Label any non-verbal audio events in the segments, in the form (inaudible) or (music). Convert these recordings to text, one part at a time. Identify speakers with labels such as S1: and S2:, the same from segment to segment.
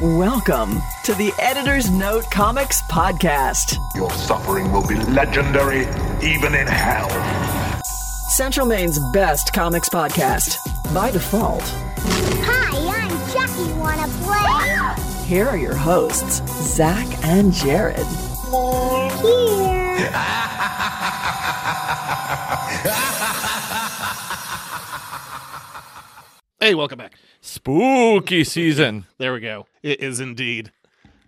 S1: Welcome to the Editor's Note Comics Podcast.
S2: Your suffering will be legendary, even in hell.
S1: Central Maine's best comics podcast. By default,
S3: Hi, I'm Chucky. Wanna play?
S1: here are your hosts, Zach and Jared.
S3: Here.
S4: Hey, welcome back.
S5: Spooky season.
S4: There we go. It is indeed.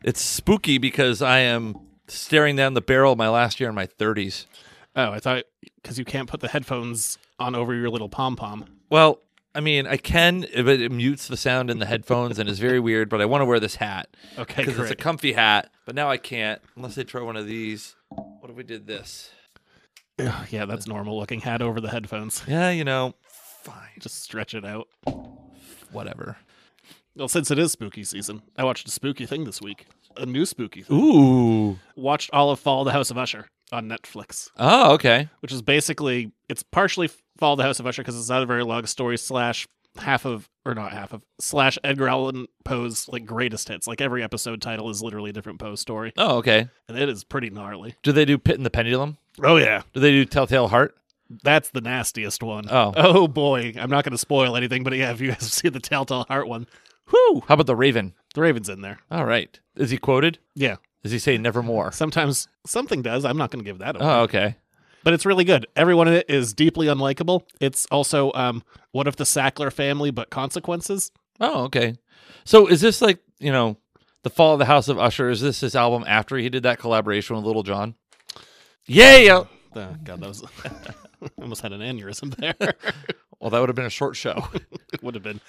S5: It's spooky because I am staring down the barrel of my last year in my 30s.
S4: Oh, I thought because you can't put the headphones on over your little pom pom.
S5: Well, I mean, I can, but it mutes the sound in the headphones and is very weird, but I want to wear this hat.
S4: Okay,
S5: Because it's a
S4: great.
S5: comfy hat, but now I can't unless they throw one of these. What if we did this?
S4: Ugh, (sighs) yeah, that's normal looking hat over the headphones. (laughs)
S5: Yeah, you know, fine,
S4: Just stretch it out.
S5: whatever.
S4: Well, since it is spooky season, I watched a spooky thing this week. A new spooky thing.
S5: Ooh.
S4: Watched all of Fall the House of Usher on Netflix,
S5: Oh, okay.
S4: which is basically it's partially Fall the House of Usher because it's not a very long story slash half of or not half of slash Edgar Allan Poe's like greatest hits. Like every episode title is literally a different Poe story,
S5: Oh, okay.
S4: and it is pretty gnarly.
S5: Do they do Pit and the Pendulum?
S4: Oh yeah.
S5: Do they do Telltale Heart?
S4: That's the nastiest one.
S5: Oh.
S4: Oh boy. I'm not going to spoil anything, but yeah, if you (laughs) guys see the Telltale Heart one, whoo,
S5: How about the Raven?
S4: the Raven's in there.
S5: All right. Is he quoted?
S4: Yeah.
S5: Is he saying nevermore?
S4: Sometimes something does. I'm not going to give that away.
S5: Oh, okay.
S4: But it's really good. Everyone in it is deeply unlikable. It's also um, what if the Sackler family, but consequences?
S5: Oh, okay. So is this like, you know, the fall of the House of Usher? Is this his album after he did that collaboration with Little John? Yeah, yeah.
S4: Oh, God, that was. (laughs) I almost had an aneurysm there. (laughs)
S5: Well, that would have been a short show. (laughs)
S4: it would have been.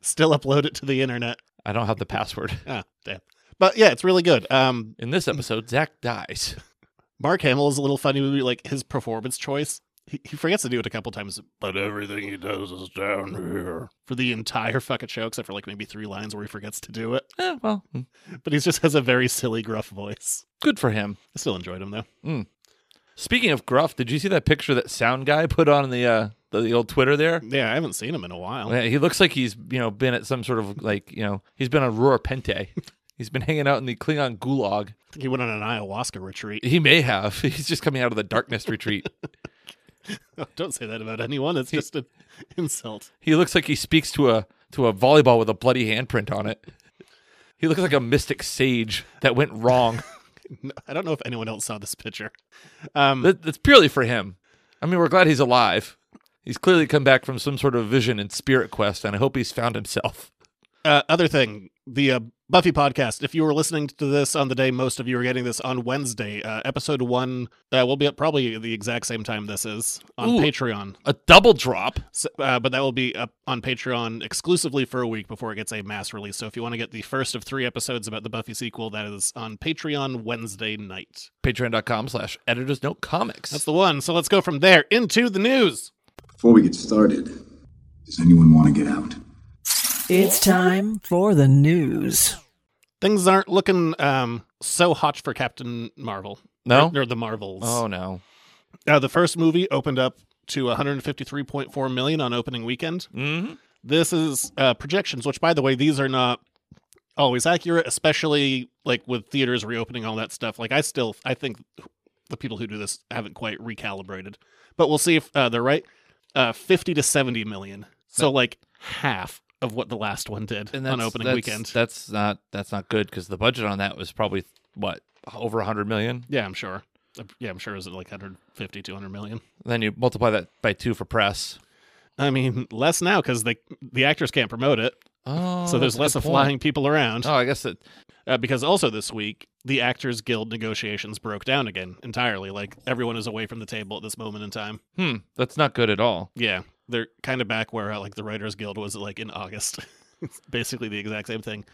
S4: Still upload it to the internet.
S5: I don't have the password.
S4: Ah, damn. But yeah, it's really good. Um,
S5: In this episode, Zach dies. (laughs)
S4: Mark Hamill is a little funny with like his performance choice. He, he forgets to do it a couple times, but everything he does is down here for the entire fucking show, except for like maybe three lines where he forgets to do it. (laughs)
S5: Eh, well,
S4: But he just has a very silly, gruff voice.
S5: good for him.
S4: I still enjoyed him though.
S5: Speaking of gruff, did you see that picture that Sound Guy put on the uh, the, the old Twitter there?
S4: Yeah, I haven't seen him in a while.
S5: Yeah, He looks like he's you know been at some sort of like you know he's been on Roar Pente. (laughs) He's been hanging out in the Klingon gulag.
S4: I think he went on an ayahuasca retreat. (laughs)
S5: He may have. (laughs) He's just coming out of the darkness retreat.
S4: Don't say that about anyone. It's just an insult.
S5: He looks like he speaks to a to a volleyball with a bloody handprint on it. He looks like a mystic sage that went wrong.
S4: No, I don't know if anyone else saw this picture. (laughs) Um,
S5: That- That's purely for him. I mean, we're glad he's alive. He's clearly come back from some sort of vision and spirit quest, and I hope he's found himself.
S4: Uh, other thing, the uh, Buffy podcast. If you were listening to this on the day most of you are getting this on Wednesday, uh, episode one uh, will be up probably the exact same time this is on
S5: Ooh.
S4: Patreon.
S5: A double drop.
S4: So, uh, but that will be up on Patreon exclusively for a week before it gets a mass release. So if you want to get the first of three episodes about the Buffy sequel, that is on Patreon Wednesday night.
S5: Patreon.com slash editors note comics.
S4: That's the one. So let's go from there into the news.
S6: Before we get started, does anyone want to get out?
S1: It's time for the news.
S4: Things aren't looking um, so hot for Captain Marvel.
S5: No?
S4: Or, or the Marvels.
S5: oh, no.
S4: Uh, the first movie opened up to 153.4 million on opening weekend.
S5: Mm-hmm.
S4: This is uh, projections, which, by the way, these are not always accurate, especially like with theaters reopening, all that stuff. Like, I still, I think the people who do this haven't quite recalibrated, but we'll see if uh, they're right. Uh, 50 to 70 million, so like half of what the last one did on opening weekend.
S5: That's not that's not good because the budget on that was probably what over 100 million.
S4: yeah, I'm sure. Yeah, I'm sure it was like 150, 200 million.
S5: Then you multiply that by two for press.
S4: I mean, less now because they the actors can't promote it.
S5: Oh,
S4: so there's less of flying people around
S5: Oh, I guess that.
S4: uh, because also this week the actors guild negotiations broke down again entirely like everyone is away from the table at this moment in time
S5: Hmm, that's not good at all.
S4: yeah they're kind of back where uh, like the writers guild was like in august (laughs) it's basically the exact same thing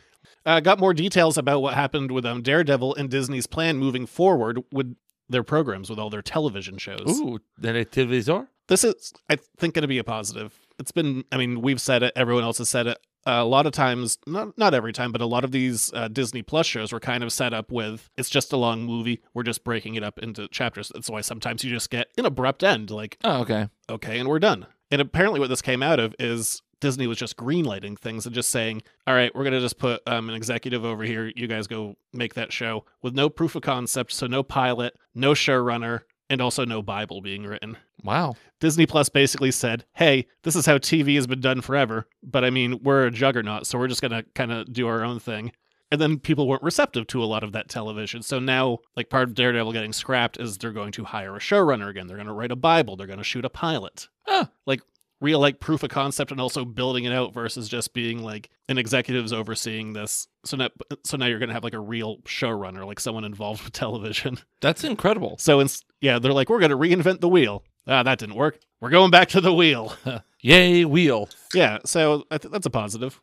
S4: uh, got more details about what happened with um, daredevil and disney's plan moving forward with their programs with all their television shows
S5: Ooh, then activities are.
S4: this is i think going to be a positive it's been i mean we've said it everyone else has said it a lot of times not not every time but a lot of these uh, disney plus shows were kind of set up with it's just a long movie we're just breaking it up into chapters that's why sometimes you just get an abrupt end like
S5: Oh, okay.
S4: okay and we're done and apparently what this came out of is Disney was just greenlighting things and just saying, "All right, we're gonna just put um, an executive over here. You guys go make that show with no proof of concept, so no pilot, no showrunner, and also no Bible being written."
S5: Wow.
S4: Disney Plus basically said, "Hey, this is how TV has been done forever, but I mean, we're a juggernaut, so we're just going to kind of do our own thing." And then people weren't receptive to a lot of that television. So now, like part of Daredevil getting scrapped is they're going to hire a showrunner again. They're going to write a Bible. They're going to shoot a pilot.
S5: Huh.
S4: Like real like proof of concept and also building it out versus just being like an executive's overseeing this. So now, so now you're going to have like a real showrunner, like someone involved with television.
S5: That's incredible.
S4: So ins- yeah, they're like, we're going to reinvent the wheel. Ah, that didn't work. We're going back to the wheel. (laughs)
S5: Yay, wheel.
S4: yeah, so I th- that's a positive.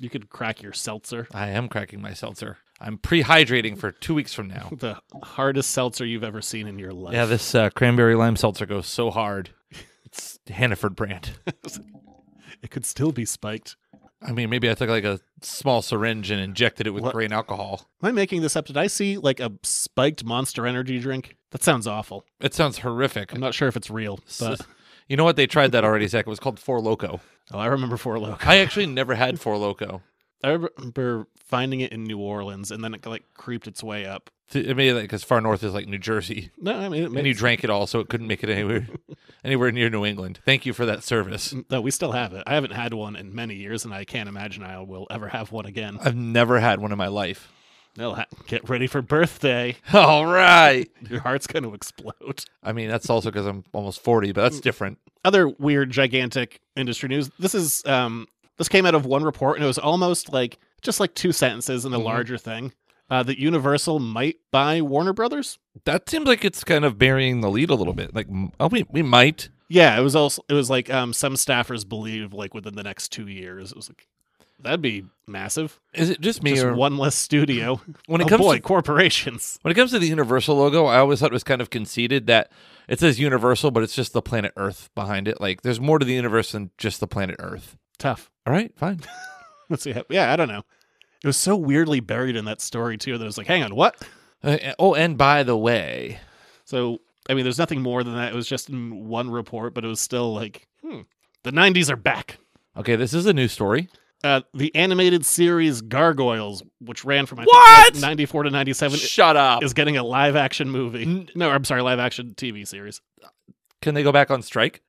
S4: You could crack your seltzer,
S5: I am cracking my seltzer. I'm prehydrating for two weeks from now.
S4: the hardest seltzer you've ever seen in your life.
S5: (laughs) Yeah, this uh, cranberry lime seltzer goes so hard. It's Hannaford brand.
S4: it could still be spiked.
S5: (laughs) I mean, maybe I took like a small syringe and injected it with
S4: What?
S5: grain alcohol.
S4: Am I making this up? Did I see like a spiked Monster Energy drink? That sounds awful.
S5: It sounds horrific.
S4: I'm not sure if it's real, but
S5: You know what? They tried that already, Zach. It was called Four Loco.
S4: oh, I remember Four Loko.
S5: I actually never had Four Loco.
S4: (laughs) I remember finding it in New Orleans, and then it like creeped its way up.
S5: Th- I mean, like as far north as like New Jersey,
S4: No, I mean, it
S5: and you
S4: makes,
S5: drank it all, so it couldn't make it (laughs) anywhere, anywhere near New England. Thank you for that service.
S4: no, we still have it. I haven't had one in many years, and I can't imagine I will ever have one again.
S5: I've never had one in my life.
S4: They'll ha- get ready for birthday.
S5: (laughs)
S4: (laughs)
S5: All right.
S4: Your heart's going to explode.
S5: I mean, that's also because I'm almost forty, but that's different.
S4: Other weird, gigantic industry news. This is um, this came out of one report, and it was almost like just like two sentences in a larger thing. Uh, that Universal might buy Warner Brothers.
S5: That seems like it's kind of burying the lead a little bit. Like, m- oh, we we might.
S4: Yeah, it was also it was like um, some staffers believe like within the next two years. It was like that'd be massive.
S5: Is it just me
S4: Just
S5: or
S4: one less (laughs) studio.
S5: When it
S4: Oh,
S5: comes
S4: boy,
S5: to-
S4: corporations. (laughs)
S5: When it comes to the Universal logo, I always thought it was kind of conceited that it says Universal, but it's just the planet Earth behind it. Like there's more to the universe than just the planet Earth.
S4: Tough.
S5: All right, fine. (laughs)
S4: Let's see. How, yeah, I don't know. It was so weirdly buried in that story too that it was like, hang on, what?
S5: Uh, oh, and by the way,
S4: So, I mean, there's nothing more than that. It was just in one report, but it was still like, hmm, the 90s are back.
S5: okay, this is a new story.
S4: Uh, the animated series Gargoyles, which ran from I
S5: What?
S4: Think, like, 94 to 97,
S5: Shut up.
S4: is getting a live action movie. No, I'm sorry, live action TV series. (laughs)
S5: Can they go back on strike?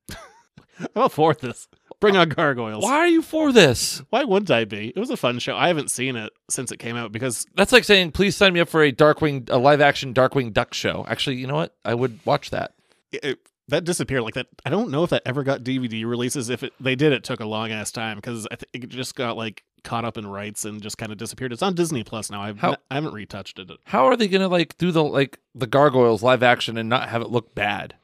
S4: I'm all for this. Bring on Gargoyles.
S5: Why are you for this?
S4: Why wouldn't I be? It was a fun show. I haven't seen it since it came out because
S5: That's like saying, please sign me up for a Darkwing, a live action Darkwing Duck show. Actually, you know what? I would watch that.
S4: it, it- that disappeared like that. I don't know if that ever got DVD releases. If it, they did, it took a long ass time because I think it just got like caught up in rights and just kind of disappeared. It's on Disney Plus now. I've
S5: How-
S4: n- I haven't retouched it.
S5: How are they gonna like do the like the gargoyles live action and not have it look bad?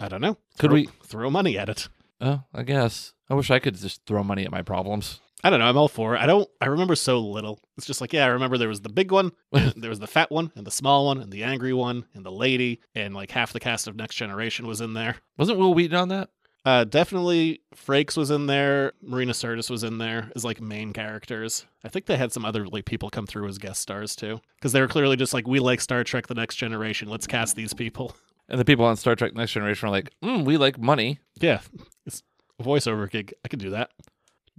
S4: I don't know.
S5: Could
S4: Throw-
S5: we-
S4: throw money at it?
S5: Oh, I guess. I wish I could just throw money at my problems.
S4: I don't know. I'm all for it. I don't. I remember so little. It's just like yeah. I remember there was the big
S5: (laughs)
S4: one, there was the fat one, and the small one, and the angry one, and the lady, and like half the cast of Next Generation was in there.
S5: Wasn't Will Wheaton on that?
S4: Uh, definitely Frakes was in there. Marina Sirtis was in there as like main characters. I think they had some other like people come through as guest stars too, because they were clearly just like we like Star Trek: The Next Generation. Let's cast these people. (laughs)
S5: And the people on Star Trek Next Generation are like, mm, we like money.
S4: Yeah, it's a voiceover gig. I could do that.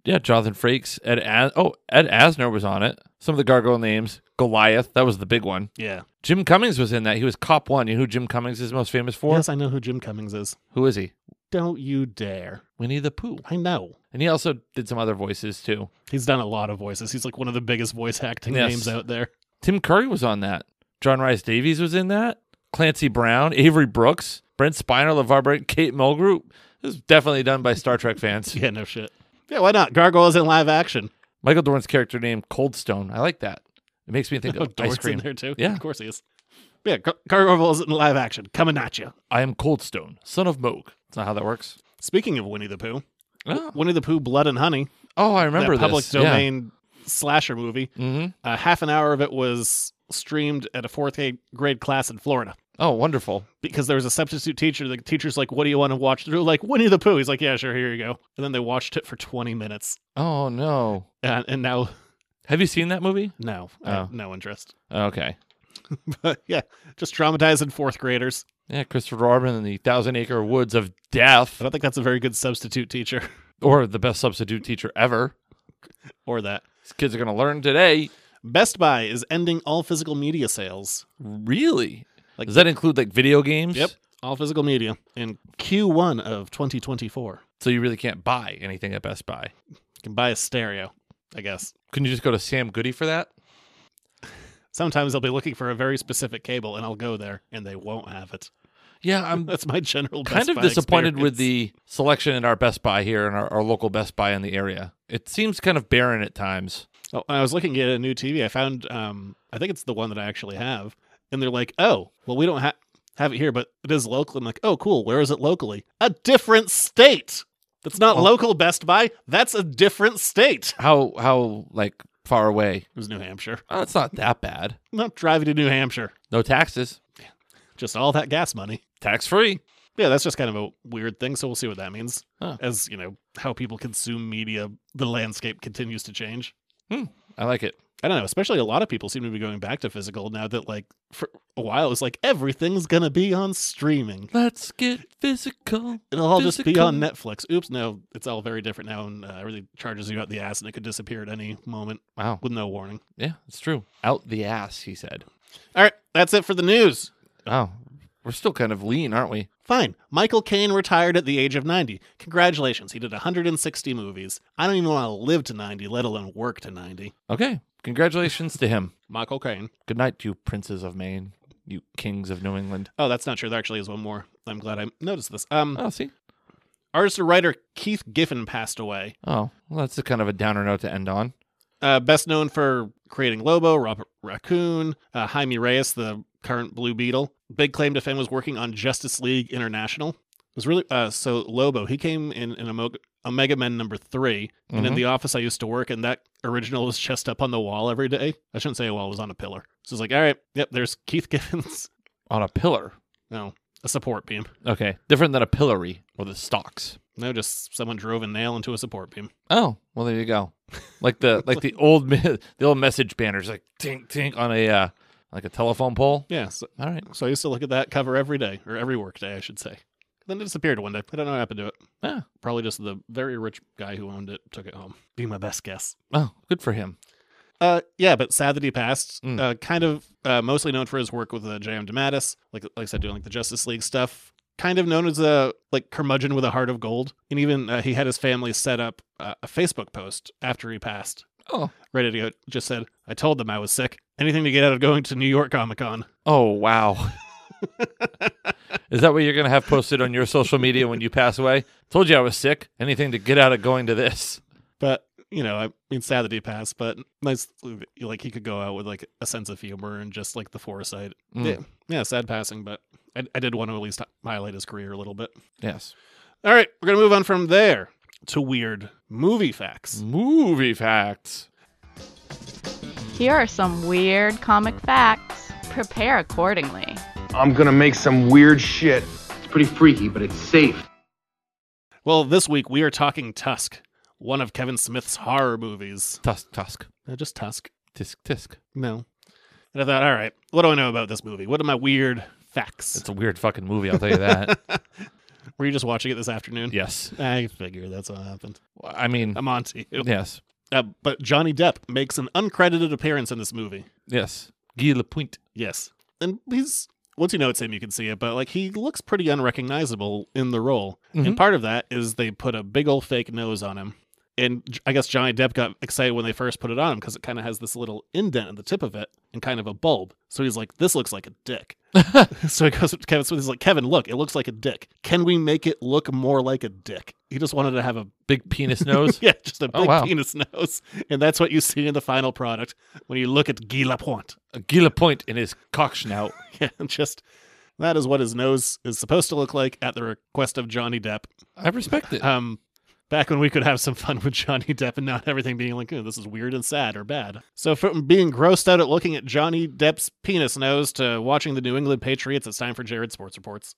S5: Yeah, Jonathan Frakes, Ed As- oh Ed Asner was on it. Some of the gargoyle names, Goliath, that was the big one.
S4: Yeah.
S5: Jim Cummings was in that. He was Cop One. You know who Jim Cummings is most famous for?
S4: Yes, I know who Jim Cummings is.
S5: Who is he?
S4: Don't you dare!
S5: Winnie the Pooh.
S4: I know.
S5: And he also did some other voices too.
S4: He's done a lot of voices. He's like one of the biggest voice acting
S5: Yes.
S4: names out there. (laughs)
S5: Tim Curry was on that. John Rhys Davies was in that. Clancy Brown, Avery Brooks, Brent Spiner, LeVar Burton, Kate Mulgrew. This is definitely done by Star Trek fans.
S4: (laughs) Yeah, no shit. Yeah, why not? Gargoyles in live action.
S5: Michael Dorn's character named Coldstone. I like that. It makes me think
S4: Oh,
S5: of ice
S4: Dort's
S5: cream.
S4: in there too.
S5: Yeah.
S4: of course he is. Yeah, Gar- Gargoyles in live action coming at you.
S5: I am Coldstone, son of Moog. That's not how that works.
S4: Speaking of Winnie the Pooh,
S5: Oh,
S4: Winnie the Pooh, Blood and Honey,
S5: I remember
S4: that public
S5: this.
S4: domain slasher movie.
S5: Yeah. Mhm.
S4: Uh, half an hour of it was streamed at a fourth ga- grade class in Florida
S5: Oh, wonderful.
S4: because there was a substitute teacher. The teacher's like, "What do you want to watch?" They're like, "Winnie the Pooh." He's like, "Yeah, sure, here you go." And then they watched it for twenty minutes,
S5: Oh no.
S4: and, and now
S5: Have you seen that movie?
S4: no, I have
S5: Oh.
S4: no interest. (laughs)
S5: Okay.
S4: But yeah, just traumatizing fourth graders.
S5: Yeah, Christopher Robin and the Thousand Acre Woods of Death.
S4: I don't think that's a very good substitute teacher. (laughs)
S5: or the best substitute teacher ever.
S4: or that.
S5: These kids are going to learn today.
S4: Best Buy is ending all physical media sales.
S5: Really?
S4: Like-
S5: Does that include like video games?
S4: Yep, all physical media in Q1 of 2024.
S5: So you really can't buy anything at Best Buy.
S4: You can buy a stereo, I guess.
S5: Couldn't you just go to Sam Goody for that?
S4: Sometimes they'll be looking for a very specific cable, and I'll go there, and they won't have it. (laughs)
S5: Yeah, (laughs) I'm
S4: That's my general.
S5: kind
S4: Best
S5: of
S4: Buy
S5: disappointed with
S4: experience.
S5: the selection at our Best Buy here and our, our local Best Buy in the area. It seems kind of barren at times.
S4: Oh, when I was looking at a new TV. I found, um, I think it's the one that I actually have, and they're like, "Oh, well, we don't ha- have it here, but it is local." I'm like, "Oh, cool. Where is it locally? A different state. That's not local Best Buy. That's a different state."
S5: How how like far away?
S4: It was New Hampshire. (laughs)
S5: Oh, it's not that bad.
S4: I'm not driving to New Hampshire.
S5: No taxes,
S4: Just all that gas money.
S5: tax free.
S4: Yeah, that's just kind of a weird thing. So we'll see what that means.
S5: Huh.
S4: As you know, how people consume media, the landscape continues to change.
S5: I like it.
S4: I don't know. Especially a lot of people seem to be going back to physical now that, like, for a while, it's like everything's gonna be on streaming.
S5: Let's get physical.
S4: It'll all just be
S5: Physical.
S4: on Netflix. Oops, no, it's all very different now, and uh, everything charges you out the ass, and it could disappear at any moment
S5: Wow.
S4: with no warning.
S5: Yeah, it's true. Out the ass, he said.
S4: All right, that's it for the news.
S5: Wow. We're still kind of lean, aren't we?
S4: Fine. Michael Caine retired at the age of 90. Congratulations, he did 160 movies. I don't even want to live to 90, let alone work to 90.
S5: Okay. Congratulations to him.
S4: Michael Caine.
S5: Good night, you princes of Maine, you kings of New England.
S4: Oh, that's not true. There actually is one more. I'm glad I noticed this. Um,
S5: Oh, see?
S4: artist and writer Keith Giffen passed away.
S5: Oh, well, that's a kind of a downer note to end on.
S4: Uh, best known for creating Lobo, Robert Raccoon, uh, Jaime Reyes, the current Blue Beetle. Big claim to fame was working on Justice League International. It was really uh, so Lobo. He came in in Amo- Omega Men number 3 and in
S5: Mhm.
S4: the office I used to work, and that original was just up on the wall every day. I shouldn't say a wall; it was on a pillar. So it's like, all right, yep. There's Keith Giffen's (laughs)
S5: On a pillar.
S4: no a support beam.
S5: Okay. Different than a pillory or the stocks.
S4: No, just someone drove a nail into a support beam.
S5: Oh, well, there you go. Like the like (laughs) the old me- the old message banners, like tink tink on a uh, like a telephone pole.
S4: Yeah, so,
S5: All right.
S4: so I used to look at that cover every day, or every work day, I should say. Then it disappeared one day. I don't know what happened to it.
S5: Yeah.
S4: probably just the very rich guy who owned it took it home. Be my best guess.
S5: Oh, good for him.
S4: Uh, yeah, but sad that he passed.
S5: Mm.
S4: Uh, kind of uh, mostly known for his work with uh, J.M. DeMattis, like like I said, doing like the Justice League stuff. Kind of known as a like curmudgeon with a heart of gold, and even uh, he had his family set up uh, a Facebook post after he passed.
S5: Oh.
S4: Ready to go, just said, "I told them I was sick. Anything to get out of going to New York Comic Con."
S5: Oh, (laughs) wow. Is that what you're going to have posted on your social media when you pass away? Told you I was sick. Anything to get out of going to this.
S4: But you know, I mean, sad that he passed, but nice like he could go out with like a sense of humor and just like the foresight
S5: Mm,
S4: Yeah, yeah, sad passing, but I, I did want to at least highlight his career a little bit.
S5: Yes.
S4: All right, we're gonna move on from there to weird movie facts.
S5: Mm. Movie facts.
S7: Here are some weird comic facts. Prepare accordingly.
S8: I'm gonna make some weird shit. It's pretty freaky, but it's safe.
S4: Well, this week we are talking Tusk, one of Kevin Smith's horror movies.
S5: Tusk, tusk,
S4: No, just Tusk.
S5: tisk, tisk.
S4: No. And I thought, all right, what do I know about this movie? What are my weird facts?
S5: It's a weird fucking movie, I'll tell you (laughs) that.
S4: Were you just watching it this afternoon?
S5: yes.
S4: I figure that's what happened.
S5: I mean,
S4: I'm on to you.
S5: yes.
S4: Uh, but Johnny Depp makes an uncredited appearance in this movie.
S5: Yes. Guy Lapointe.
S4: Yes. And he's once you know it's him, you can see it, but like he looks pretty unrecognizable in the role.
S5: Mm-hmm.
S4: And part of that is they put a big old fake nose on him. And J- I guess Johnny Depp got excited when they first put it on him because it kind of has this little indent at the tip of it and kind of a bulb. So he's like, this looks like a
S5: (laughs)
S4: dick. so he goes up to Kevin Smith. He's like, Kevin, look, it looks like a dick. Can we make it look more like a dick? He just wanted to have a (laughs)
S5: Big (laughs) penis nose.
S4: yeah, just a big
S5: Oh, wow.
S4: penis (laughs) nose. And that's what you see in the final product when you look at Guy Lapointe.
S5: Guy Lapointe in his cock snout.
S4: Yeah, (laughs) just that is what his nose is supposed to look like at the request of Johnny Depp.
S5: I respect it.
S4: Um, back when we could have some fun with Johnny Depp and not everything being like, "Ooh, this is weird and sad or bad. So from being grossed out at looking at Johnny Depp's penis nose to watching the New England Patriots, it's time for Jared Sports Reports.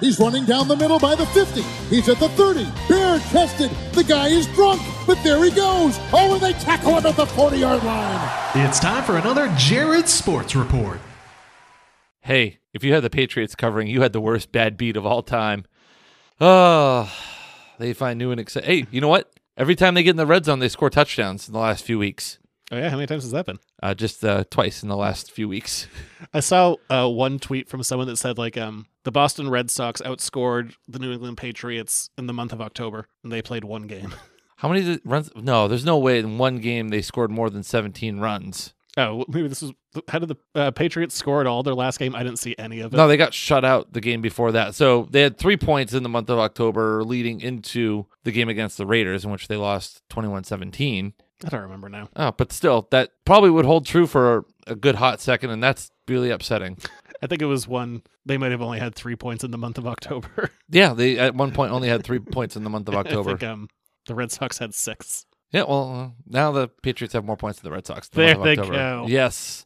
S9: He's running down the middle by the 50. He's at the 30. Bare chested. The guy is drunk, but there he goes. Oh, and they tackle him at the 40 yard line.
S10: It's time for another Jared Sports Report.
S5: hey, if you had the Patriots covering, you had the worst bad beat of all time. Oh, They find new and exciting. Hey, you know what? Every time they get in the red zone, they score touchdowns in the last few weeks.
S4: Oh yeah, how many times has that been?
S5: Uh, just uh, twice in the last few weeks. (laughs)
S4: I saw uh, one tweet from someone that said like um the Boston Red Sox outscored the New England Patriots in the month of October, and they played one game.
S5: How many did- runs? No, there's no way in one game they scored more than 17 runs.
S4: Oh, well, maybe this was how did the uh, Patriots score at all their last game? I didn't see any of it.
S5: No, they got shut out the game before that. So they had three points in the month of October leading into the game against the Raiders, in which they lost 21 17.
S4: I don't remember now.
S5: Oh, but still, that probably would hold true for a good hot second, and that's really upsetting.
S4: I think it was one. They might have only had three points in the month of October. (laughs)
S5: Yeah, they at one point only had three points in the month of
S4: I
S5: October.
S4: think um, the Red Sox had six.
S5: Yeah, well, uh, now the Patriots have more points than the Red Sox. in The
S4: There
S5: month of
S4: they
S5: October.
S4: go.
S5: Yes.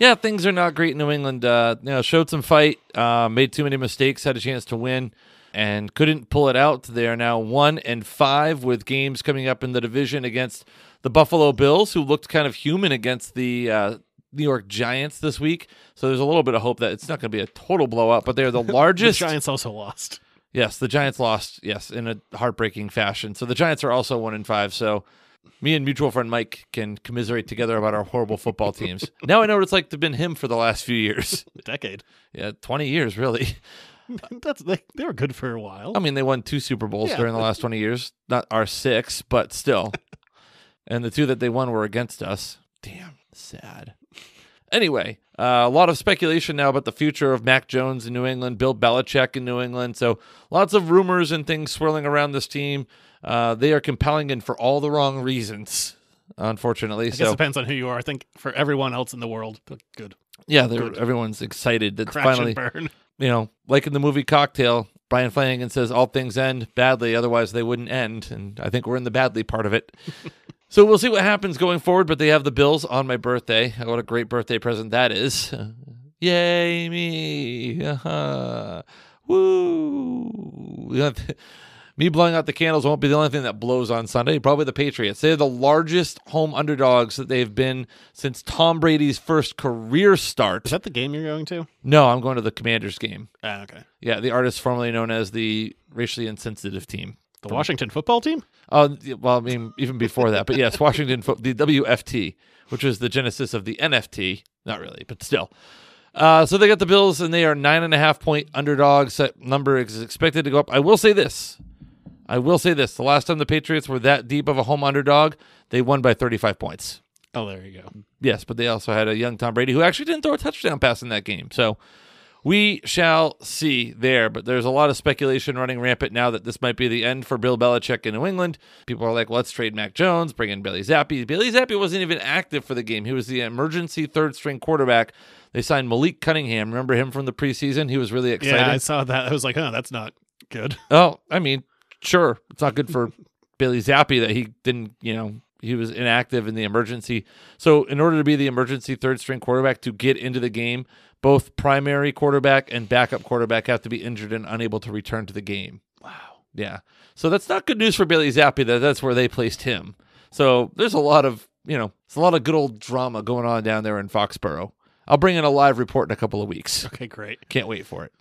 S5: Yeah, things are not great in New England. Uh, you know, showed some fight, uh, made too many mistakes, had a chance to win, and couldn't pull it out. They are now one and five with games coming up in the division against the Buffalo Bills, who looked kind of human against the uh, New York Giants this week. So there's a little bit of hope that it's not going to be a total blowout,
S4: (laughs)
S5: but they're the largest.
S4: the Giants also lost.
S5: Yes, the Giants lost. Yes, in a heartbreaking fashion. So the Giants are also one in five. So me and mutual friend Mike can commiserate together about our horrible football teams. now I know what it's like to been him for the last few years. (laughs)
S4: A decade.
S5: Yeah, twenty years really.
S4: That's they, they were good for a while.
S5: I mean, they won two Super Bowls
S4: Yeah.
S5: during the last twenty years. Not our six,
S4: (laughs)
S5: but still. and the two that they won were against us. Damn, sad. Anyway, uh, a lot of speculation now about the future of Mac Jones in New England, Bill Belichick in New England. So lots of rumors and things swirling around this team. Uh, they are compelling and for all the wrong reasons, unfortunately.
S4: I guess
S5: so
S4: it depends on who you are. I think for everyone else in the world, but good.
S5: yeah, they're, everyone's excited that
S4: Crash and
S5: finally,
S4: burn. (laughs)
S5: you know, like in the movie Cocktail, Brian Flanagan says all things end badly, otherwise they wouldn't end. And I think we're in the badly part of it. so we'll see what happens going forward, but they have the Bills on my birthday. Oh, What a great birthday present that is. (laughs) Yay, me. (laughs) Uh-huh. Woo. You know, Me blowing out the candles won't be the only thing that blows on Sunday. Probably the Patriots. They're the largest home underdogs that they've been since Tom Brady's first career
S4: Is (laughs)
S5: start.
S4: that the game you're going to?
S5: No, I'm going to the Commanders game.
S4: Ah, okay.
S5: Yeah, the artist formerly known as the racially insensitive team.
S4: The Washington football team?
S5: Oh, yeah, well, I mean, even before that, but yes, Washington, fo- the WFT, which was the genesis of the NFT. Not really, but still. Uh, so they got the Bills, and they are nine and a half point underdogs. That number is expected to go up. I will say this. I will say this. The last time the Patriots were that deep of a home underdog, they won by 35 points.
S4: Oh, there you go.
S5: Yes, but they also had a young Tom Brady who actually didn't throw a touchdown pass in that game. So we shall see there. But there's a lot of speculation running rampant now that this might be the end for Bill Belichick in New England. People are like, let's trade Mac Jones, bring in Billy Zappi. Billy Zappi wasn't even active for the game. He was the emergency third string quarterback. They signed Malik Cunningham. Remember him from the preseason? He was really excited.
S4: Yeah, I saw that. I was like, oh, that's not good. (laughs)
S5: Oh, I mean, sure. It's not good for Billy Zappi that he didn't, you know, he was inactive in the emergency. So, in order to be the emergency third string quarterback to get into the game, both primary quarterback and backup quarterback have to be injured and unable to return to the game. Wow. Yeah. So, that's not good news for Billy Zappi that that's where they placed him. So, there's a lot of, you know, it's a lot of good old drama going on down there in Foxborough. I'll bring in a live report in a couple of weeks.
S4: Okay, great.
S5: Can't wait for it.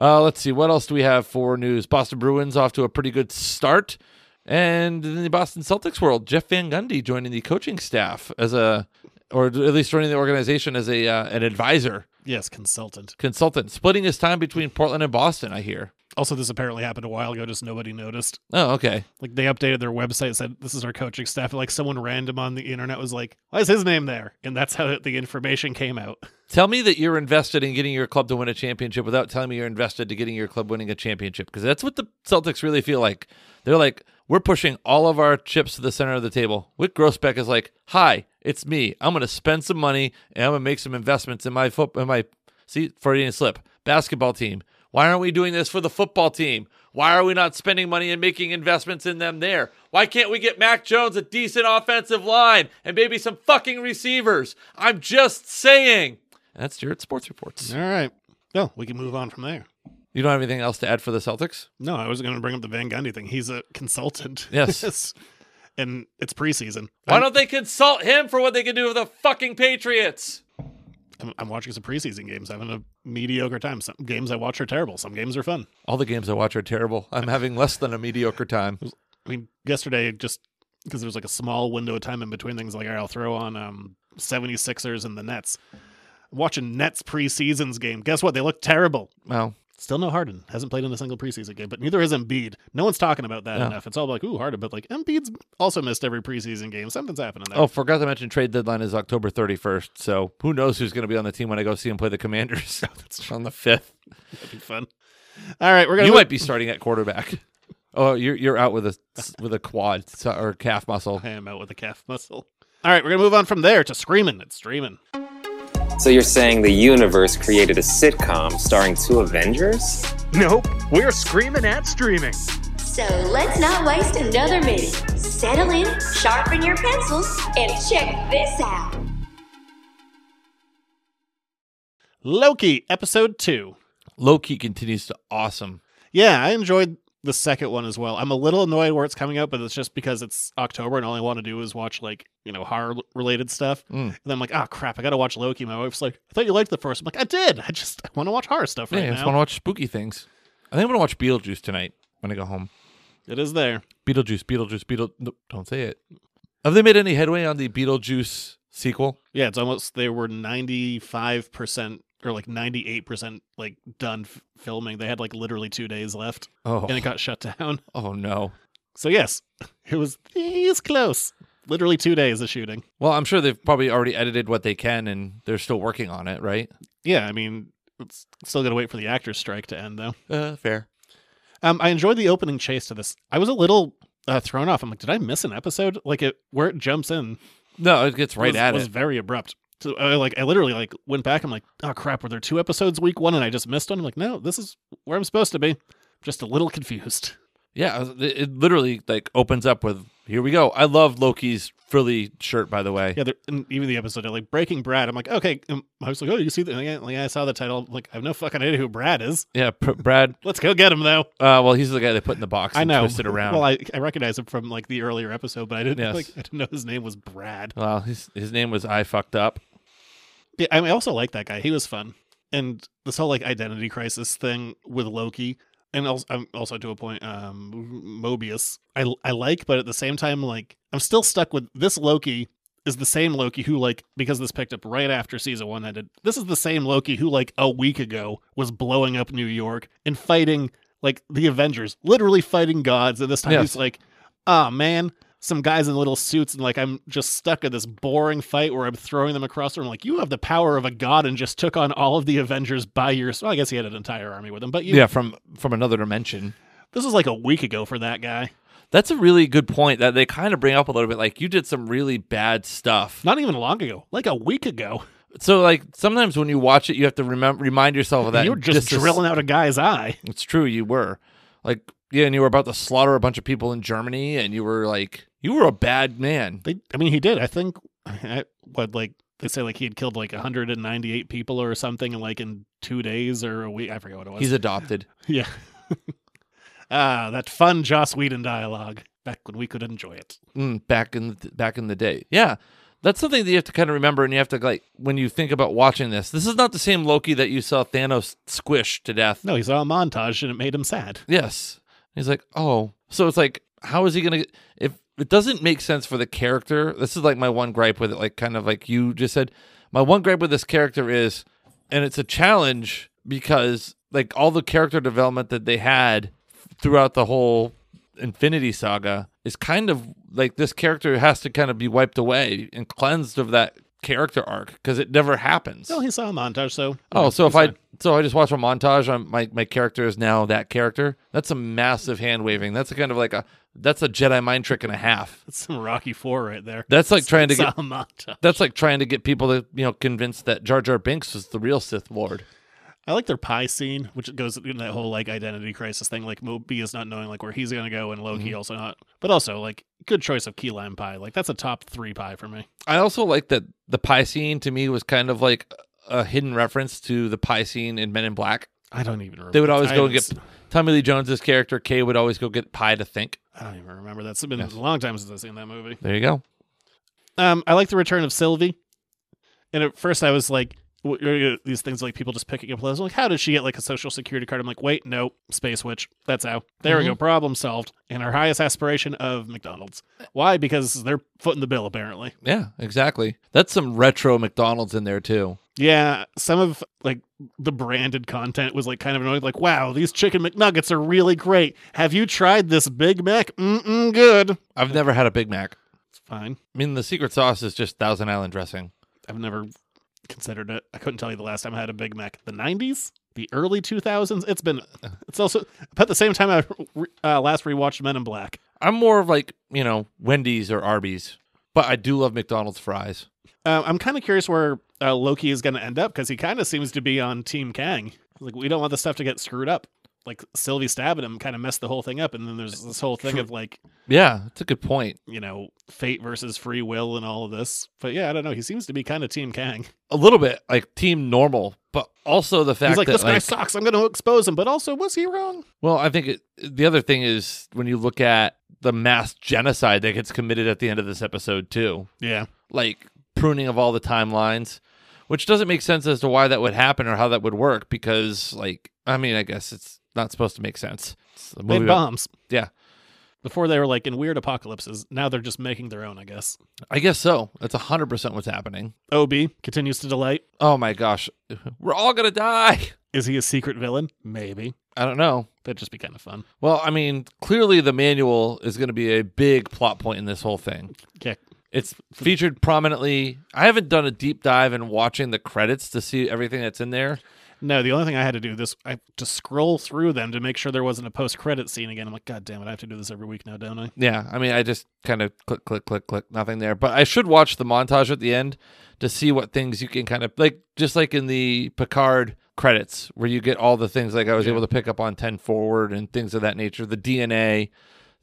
S5: Uh, let's see. What else do we have for news? Boston Bruins off to a pretty good start. And in the Boston Celtics world, Jeff Van Gundy joining the coaching staff as a, or at least joining the organization as a uh, an advisor,
S4: Yes, consultant.
S5: consultant, splitting his time between Portland and Boston. I hear.
S4: Also, this apparently happened a while ago, just nobody noticed.
S5: Oh, okay.
S4: Like, they updated their website, said, this is our coaching staff. And, like, someone random on the internet was like, why is his name there? And that's how the information came out.
S5: Tell me that you're invested in getting your club to win a championship without telling me you're invested to getting your club winning a championship because that's what the Celtics really feel like. They're like, we're pushing all of our chips to the center of the table. Wick Grossbeck is like, hi, it's me. I'm going to spend some money and I'm going to make some investments in my foot, in my see Freudian slip basketball team. Why aren't we doing this for the football team? Why are we not spending money and making investments in them there? Why can't we get Mac Jones a decent offensive line and maybe some fucking receivers? I'm just saying. That's Jared Sports Reports.
S4: All right. No, we can move on from there.
S5: You don't have anything else to add for the Celtics?
S4: No, I was going to bring up the Van Gundy thing. He's a consultant. (laughs)
S5: Yes.
S4: It's- and it's preseason.
S5: Why don't they consult him for what they can do with the fucking Patriots?
S4: I'm, I'm watching some preseason games, having a mediocre time. Some games I watch are terrible. Some games are fun.
S5: All the games I watch are terrible. I'm having less than a mediocre time.
S4: I mean, yesterday just because there was like a small window of time in between things, like all right, I'll throw on um 76ers and the Nets. Watching Nets preseasons game. Guess what? They look terrible.
S5: Well,
S4: Still no Harden. Hasn't played in a single preseason game, but neither has Embiid. No one's talking about that
S5: Yeah.
S4: enough. It's all like, ooh, Harden, but like Embiid's also missed every preseason game. Something's happening there.
S5: oh, forgot to mention trade deadline is October 31st. So who knows who's going to be on the team when I go see him play the (laughs) Commanders on the 5th.
S4: that'd be fun. All right, we're gonna
S5: You
S4: move-
S5: might be starting at quarterback. Oh, you're you're out with a with a quad so- or calf muscle.
S4: I am out with a calf muscle. All right, we're gonna move on from there to screaming. It's streaming.
S11: So you're saying the universe created a sitcom starring two Avengers?
S8: Nope, we're screaming at streaming.
S12: So let's not waste another minute. Settle in, sharpen your pencils, and check this out.
S4: Loki episode two.
S5: Loki continues to awesome.
S4: Yeah, I enjoyed the second one as well. I'm a little annoyed where it's coming out, but it's just because it's October and all I want to do is watch like you know horror related stuff. And then I'm like, oh crap, I gotta watch Loki. My wife's like, I thought you liked the first. I'm like, I did. I just I want to watch horror stuff
S5: Yeah,
S4: right
S5: I just
S4: now.
S5: want to watch spooky things. I think I'm going to watch Beetlejuice tonight when I go home.
S4: It is there.
S5: Beetlejuice, Beetlejuice, Beetle. No, don't say it. Have they made any headway on the Beetlejuice sequel?
S4: Yeah, it's almost they were 95 percent or like 98 percent like done f- filming. They had like literally two days left,
S5: Oh,
S4: and it got shut (laughs) down.
S5: oh no.
S4: So yes, (laughs) it was he's close. Literally two days of shooting.
S5: Well, I'm sure they've probably already edited what they can, and they're still working on it, right?
S4: Yeah, I mean, it's still gotta wait for the actors' strike to end though.
S5: Uh, fair.
S4: Um, I enjoyed the opening chase to this. I was a little uh, thrown off. I'm like, did I miss an episode? Like it where it jumps in
S5: No, it gets right
S4: was,
S5: at
S4: was
S5: it.
S4: very abrupt. So I like I literally like went back. I'm like, oh crap, were there two episodes week one and I just missed one? I'm like, no, this is where I'm supposed to be. Just a little confused. (laughs)
S5: Yeah, it- it literally like opens up with "Here we go." I love Loki's frilly shirt, by the way.
S4: Yeah, there, and even the episode like Breaking Brad. I'm like, okay. um, I was like, oh, you see the like, I saw the title. Like I have no fucking idea who Brad is.
S5: Yeah, Pr- Brad.
S4: Let's go get him though.
S5: Uh, well, he's the guy they put in the box. And
S4: I know.
S5: Twisted around.
S4: Well, I, I recognize him from like the earlier episode, but I didn't
S5: Yes.
S4: like I didn't know his name was Brad.
S5: well, his his name was I fucked up.
S4: Yeah, I, mean, I also like that guy. He was fun. And this whole like identity crisis thing with Loki, and also I'm also to a point, um, Mobius. I I like, but at the same time, like I'm still stuck with this Loki is the same Loki who like because this picked up right after season one ended. This is the same Loki who like a week ago was blowing up New York and fighting like the Avengers, literally fighting gods. And this time
S5: Yes.
S4: he's like, oh man, some guys in little suits, and like I'm just stuck in this boring fight where I'm throwing them across the room. Like you have the power of a god and just took on all of the Avengers by your. Well, I guess he had an entire army with him, but you,
S5: Yeah, from from another dimension.
S4: this was like a week ago for that guy.
S5: That's a really good point that they kind of bring up a little bit. Like you did some really bad stuff.
S4: Not even long ago, like a week ago.
S5: So like sometimes when you watch it, you have to remember remind yourself of that.
S4: you were
S5: and
S4: just
S5: dis-
S4: drilling out a guy's eye.
S5: It's true, you were like yeah, and you were about to slaughter a bunch of people in Germany, and you were like you were a bad man.
S4: They, I mean, he did. I think I, what like they say, like he had killed like 198 people or something, like in two days or a week. I forget what it was.
S5: He's adopted.
S4: (laughs) yeah. ah, that fun Joss Whedon dialogue back when we could enjoy it.
S5: mm, back in the, back in the day. Yeah, that's something that you have to kind of remember, and you have to like when you think about watching this. This is not the same Loki that you saw Thanos squish to death.
S4: No, he saw a montage and it made him sad.
S5: Yes, he's like, oh, so it's like, how is he gonna? If it doesn't make sense for the character, this is like my one gripe with it. Like kind of like you just said, my one gripe with this character is, and it's a challenge because like all the character development that they had throughout the whole Infinity Saga is kind of like this character has to kind of be wiped away and cleansed of that character arc because it never happens.
S4: No, he saw a montage, so
S5: Oh, so if I so I just watch a montage, I'm, my my character is now that character. That's a massive hand waving. That's a kind of like a that's a Jedi mind trick and a half.
S4: that's some Rocky Four right there.
S5: That's like trying to
S4: saw
S5: get
S4: a montage.
S5: that's like trying to get people to you know convinced that Jar Jar Binks was the real Sith Lord.
S4: I like their pie scene, which goes in that whole like identity crisis thing. Like Mobius not knowing like where he's gonna go, and Loki also not. But also like good choice of key lime pie. Like that's a top three pie for me.
S5: I also like that the pie scene to me was kind of like a hidden reference to the pie scene in Men in Black.
S4: I don't even. remember.
S5: They would always
S4: I
S5: go and
S4: haven't
S5: get Tommy Lee Jones's character Kay would always go get pie to think.
S4: s- I don't even remember. That's been a long time since I've seen that movie.
S5: There you go.
S4: Um, I like the return of Sylvie, and at first I was like, what- you're- these things like people just picking up letters. Like, how did she get like a social security card? I'm like, wait, no, space witch. That's how. There we go.
S5: Mhm.
S4: Problem solved. And our highest aspiration of McDonald's. Why? Because they're footing the bill apparently.
S5: Yeah, exactly. That's some retro McDonald's in there too.
S4: Yeah, some of like the branded content was like kind of annoying. Like, wow, these chicken McNuggets are really great. Have you tried this Big Mac? Mm-mm, good.
S5: I've never had a Big Mac.
S4: It's fine.
S5: I mean, the secret sauce is just Thousand Island dressing.
S4: I've never considered it. I couldn't tell you the last time I had a Big Mac. The '90s, the early 2000s. It's
S5: (laughs)
S4: been. It's also about the same time I re- uh, last rewatched Men in Black.
S5: I'm more of like, you know, Wendy's or Arby's, but I do love McDonald's fries.
S4: Uh, I'm kind of curious where uh, Loki is going to end up because he kind of seems to be on Team Kang. Like, we don't want this stuff to get screwed up. Like Sylvie stabbing him kind of messed the whole thing up, and then there's this whole thing of like
S5: Yeah, that's a good point.
S4: you know, fate versus free will and all of this. But yeah, I don't know. He seems to be kind of Team Kang.
S5: A little bit like team normal, but also the fact
S4: He's like,
S5: that
S4: this guy
S5: like-
S4: sucks. I'm going to expose him. But also, was he wrong?
S5: Well, I think it, the other thing is when you look at the mass genocide that gets committed at the end of this episode too.
S4: Yeah.
S5: like pruning of all the timelines, which doesn't make sense as to why that would happen or how that would work because, like, I mean, I guess it's not supposed to make sense. It's a
S4: Made
S5: movie about-
S4: bombs.
S5: yeah,
S4: Before they were like in weird apocalypses. Now they're just making their own, I guess.
S5: I guess so. That's 100% what's happening.
S4: OB continues to delight.
S5: Oh my gosh. We're all going to die.
S4: Is he a secret villain? Maybe.
S5: I don't know.
S4: That'd just be kind of fun.
S5: Well, I mean, clearly the manual is going to be a big plot point in this whole thing.
S4: Yeah.
S5: It's featured prominently. I haven't done a deep dive in watching the credits to see everything that's in there.
S4: No, the only thing I had to do this, I to scroll through them to make sure there wasn't a post credit scene again. I'm like, God damn it, I have to do this every week now, don't I?
S5: Yeah, I mean, I just kind of click, click, click, click, nothing there. But I should watch the montage at the end to see what things you can kind of like, just like in the Picard credits, where you get all the things like I was able to pick up on 10 forward and things of that nature, the DNA,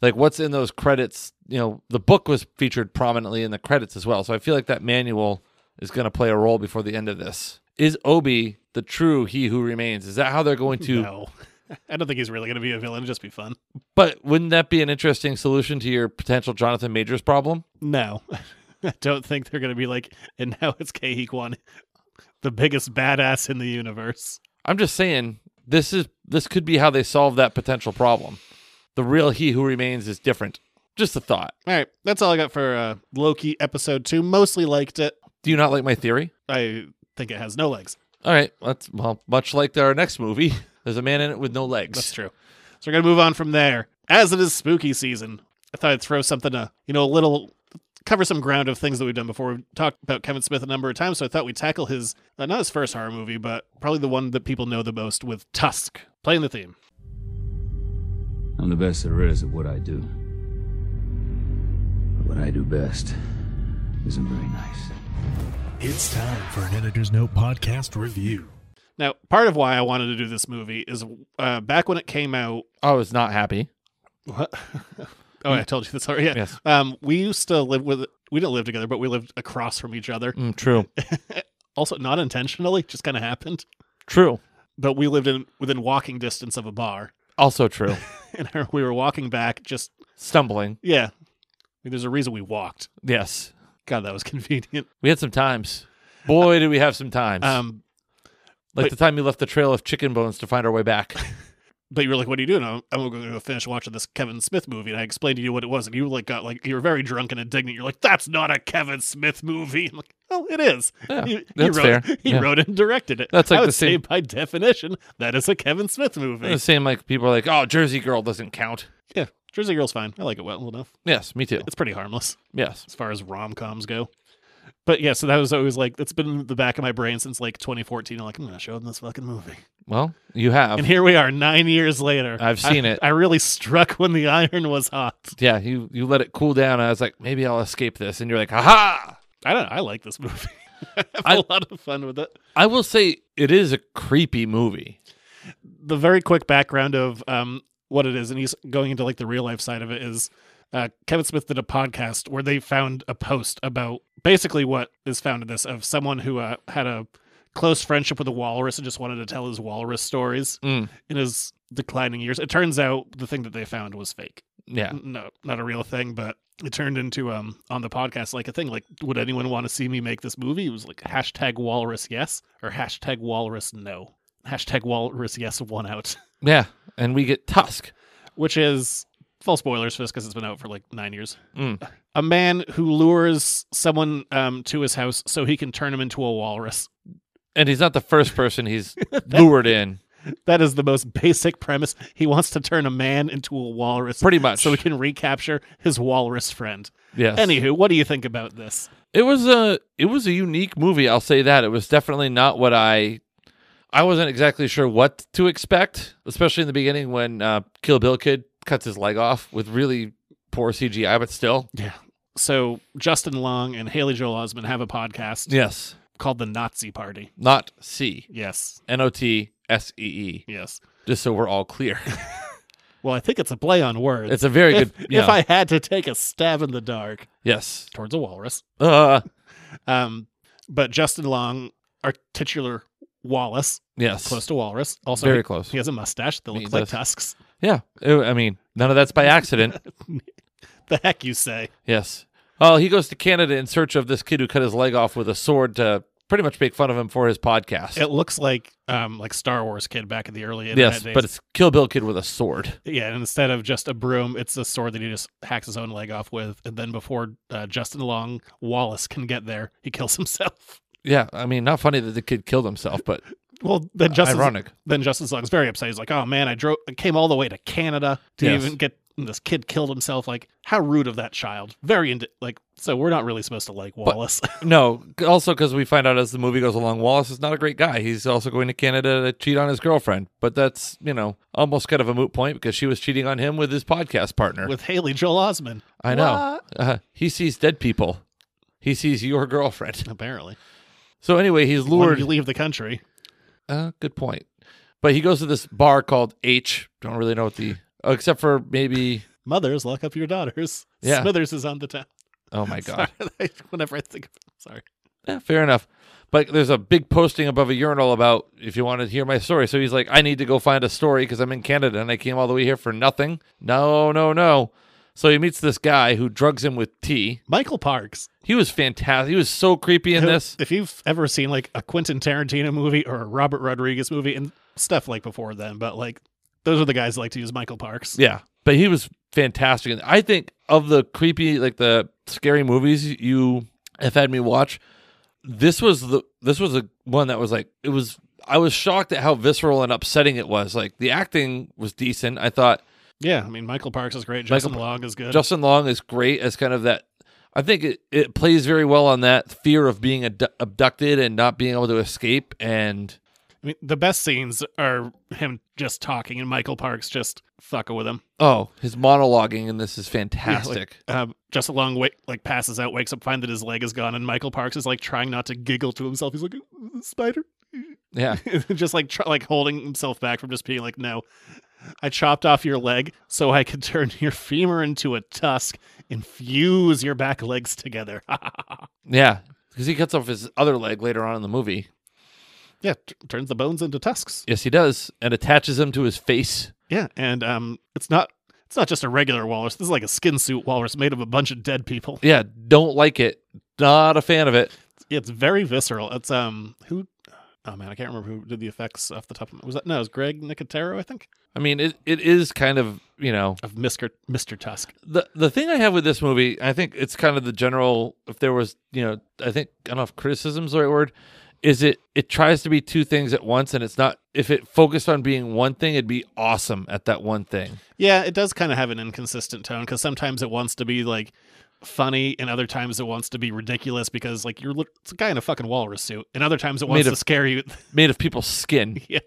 S5: like what's in those credits. You know, the book was featured prominently in the credits as well. So I feel like that manual is going to play a role before the end of this. Is Obi the true he who remains? Is that how they're going to
S4: No. (laughs) I don't think he's really going to be a villain. It'd just be fun.
S5: But wouldn't that be an interesting solution to your potential Jonathan Majors problem?
S4: No, (laughs) I don't think they're going to be like, and now it's Kahikwan, (laughs) the biggest badass in the universe.
S5: I'm just saying this is this could be how they solve that potential problem. The real he who remains is different. Just a thought.
S4: All right, that's all I got for uh, Loki episode two. Mostly liked it.
S5: Do you not like my theory?
S4: I think it has no legs.
S5: All right, let's well, much like our next movie, (laughs) there's a man in it with no legs.
S4: That's true. So we're going to move on from there. As it is spooky season, I thought I'd throw something to, you know, a little cover some ground of things that we've done before. We've talked about Kevin Smith a number of times, so I thought we'd tackle his, uh, not his first horror movie, but probably the one that people know the most with Tusk playing the theme.
S13: I'm the best there is at what I do. But what I do best isn't very nice.
S10: It's time for an Editor's Note podcast review.
S4: Now, part of why I wanted to do this movie is uh, back when it came out.
S5: I was not happy.
S4: What? oh, I told you this already. Yeah.
S5: Yes.
S4: Um, we used to live with. We didn't live together, but we lived across from each other.
S5: Mm, true.
S4: Also, not intentionally, just kind of happened.
S5: (laughs) True.
S4: But we lived in within walking distance of a bar, (laughs)
S5: Also true.
S4: and (laughs) we were walking back. Just
S5: Stumbling.
S4: yeah, I mean, there's a reason we walked.
S5: Yes.
S4: God, that was (laughs) convenient.
S5: We had some times. Boy, did we have some times.
S4: Um,
S5: like
S4: but-
S5: the time you left the trail of chicken bones to find our
S4: (laughs)
S5: way back.
S4: but you were like, "What are you doing?" I'm, I'm going to go finish watching this Kevin Smith movie, and I explained to you what it was, and you like got like you were very drunk and indignant. You're like, "That's not a Kevin Smith movie." (laughs) I'm like, "Oh, it is.
S5: Yeah,
S4: he, he
S5: that's
S4: wrote, (laughs)
S5: fair.
S4: He
S5: Yeah.
S4: wrote and directed it.
S5: That's like
S4: I
S5: the
S4: would say
S5: same-
S4: by definition that is a Kevin Smith movie.
S5: the same like people are like, "Oh, Jersey Girl doesn't count."
S4: yeah, Jersey Girl's fine. I like it well enough.
S5: Yes, me too.
S4: It's pretty harmless
S5: Yes.
S4: as far as rom coms go. But yeah, so that was always like it's been in the back of my brain since like 2014. I'm like, I'm gonna show them this fucking movie,
S5: Well, you have.
S4: and here we are, nine years later.
S5: I've seen
S4: I-
S5: it.
S4: I really struck when the iron was hot.
S5: yeah, you you let it cool down. And I was like, maybe I'll escape this, and you're like, haha.
S4: I don't. know. I like this movie. (laughs) I have a
S5: I-
S4: lot of fun with it.
S5: I will say it is a creepy movie.
S4: The very quick background of um, what it is, and he's going into like the real life side of it is uh, Kevin Smith did a podcast where they found a post about basically what is found in this of someone who uh, had a close friendship with a walrus and just wanted to tell his walrus stories
S5: Mm,
S4: in his declining years. It turns out the thing that they found was fake.
S5: yeah,
S4: No, not a real thing, but it turned into um on the podcast like a thing like would anyone want to see me make this movie it was like hashtag walrus yes or hashtag walrus no hashtag walrus yes one out (laughs)
S5: Yeah, and we get Tusk.
S4: which is full spoilers for this because it's been out for like nine years
S5: Mm.
S4: a man who lures someone um to his house so he can turn him into a walrus
S5: And he's not the first person (laughs) he's lured in.
S4: that is the most (laughs) basic premise he wants to turn a man into a walrus
S5: Pretty much.
S4: so he can recapture his walrus friend
S5: Yes.
S4: anywho what do you think about this
S5: It was a it was a unique movie, I'll say that. It was definitely not what I I wasn't exactly sure what to expect, especially in the beginning when uh, Kill Bill Kid cuts his leg off with really poor CGI, but still.
S4: yeah so justin long and haley joel osment have a podcast
S5: Yes.
S4: called the Nazi Party.
S5: Not C.
S4: Yes,
S5: N O T S E E.
S4: yes.
S5: Just so we're all
S4: (laughs)
S5: clear.
S4: Well, I think it's a play on words.
S5: It's a
S4: (laughs)
S5: very
S4: If-
S5: good- yeah.
S4: If I had to take a stab in the dark
S5: yes.
S4: towards a walrus,
S5: Uh
S4: um, but Justin Long, our titular Wallace,
S5: yes.
S4: close to walrus, also
S5: Very close.
S4: He has a mustache that
S5: He
S4: looks like
S5: does.
S4: tusks. (laughs)
S5: Yeah. It- I mean, none of that's by accident.
S4: The heck you say?
S5: Yes. Well, he goes to Canada in search of this kid who cut his leg off with a sword to pretty much make fun of him for his podcast.
S4: It looks like um, like Star Wars kid back in the early internet
S5: yes,
S4: days.
S5: but it's Kill Bill Kid with a sword.
S4: yeah, and instead of just a broom, it's a sword that he just hacks his own leg off with, and then before uh, Justin Long Wallace can get there, he kills (laughs) himself.
S5: Yeah, I mean, not funny that the kid killed himself, but
S4: Well, then Justin's,
S5: ironic.
S4: Then Justin's like, very upset. He's like, "Oh man, I drove, I came all the way to Canada to
S5: Yes.
S4: even get and this kid killed himself. Like, how rude of that child. Very ind- like, so we're not really supposed to like Wallace. (laughs)
S5: no. Also, because we find out as the movie goes along, Wallace is not a great guy. He's also going to Canada to cheat on his girlfriend, but that's you know almost kind of a moot point because she was cheating on him with his podcast partner.
S4: with Haley Joel Osment,
S5: I know. Uh, he sees dead people. He sees your girlfriend. (laughs)
S4: apparently.
S5: So anyway, he's
S4: Lord,
S5: lured.
S4: you leave the country.
S5: Uh, good point. But he goes to this bar called H. Don't really know what the oh, except for maybe.
S4: Mothers, lock up your daughters.
S5: Yeah.
S4: Smithers is on the town. (laughs)
S5: Oh my god.
S4: Sorry, Whenever I think, of it, sorry.
S5: Yeah, fair enough. But there's a big posting above a urinal about if you want to hear my story. So he's like, I need to go find a story because I'm in Canada and I came all the way here for nothing. No, no, no. So he meets this guy who drugs him with tea.
S4: Michael Parks.
S5: He was fantastic. He was so creepy
S4: (laughs)
S5: in
S4: Who-
S5: this.
S4: If you've ever seen like a Quentin Tarantino movie or a Robert Rodriguez movie and stuff like before then, but like those are the guys that like to use Michael Parks.
S5: Yeah, but he was fantastic. And I think of the creepy, like the scary movies you have had me watch, this was the this was a one that was like it was. I was shocked at how visceral and upsetting it was. Like the acting was decent. I thought
S4: Yeah, I mean Michael Parks is great.
S5: Michael
S4: Justin Long is good.
S5: Justin Long is great as kind of that. I think it, it plays very well on that fear of being abdu- abducted and not being able to escape. And
S4: I mean, the best scenes are him just talking and Michael Parks just fucking with him.
S5: oh, his monologuing in this is
S4: (laughs) Yeah, like,
S5: fantastic.
S4: um, Justin Long wake, like passes out, wakes up, find that his leg is gone, and Michael Parks is like trying not to giggle to himself. He's like spider,
S5: yeah.
S4: (laughs) just like tr- like holding himself back from just being like, no, I chopped off your leg so I could (laughs) turn your femur into a tusk and fuse your back legs together. (laughs)
S5: Yeah. Because he cuts off his other leg later on in the movie.
S4: yeah, t- turns the bones into tusks.
S5: Yes, he does, and attaches him to his face.
S4: Yeah, and um, it's not it's not just a regular walrus. This is like a skin suit walrus made of a bunch of dead people.
S5: Yeah, don't like it. Not a fan of it.
S4: It's very visceral. It's um, who? Oh man, I can't remember who did the effects off the top of my. Was that no? It was Greg Nicotero, I think,
S5: I mean, it, it is kind of you know
S4: of Mister Mister Tusk.
S5: the the thing I have with this movie. I think it's kind of the general. If there was you know, I think I don't know if criticism's the right word. Is it it tries to be two things at once, and it's not. If it focused on being one thing, it'd be awesome at that one thing.
S4: Yeah, it does kind of have an inconsistent tone because sometimes it wants to be like funny, and other times it wants to be ridiculous because like you're lit- it's a guy in a fucking walrus suit, and other times it wants
S5: Made
S4: to
S5: of-
S4: scare you. (laughs)
S5: Made of people's skin.
S4: yeah,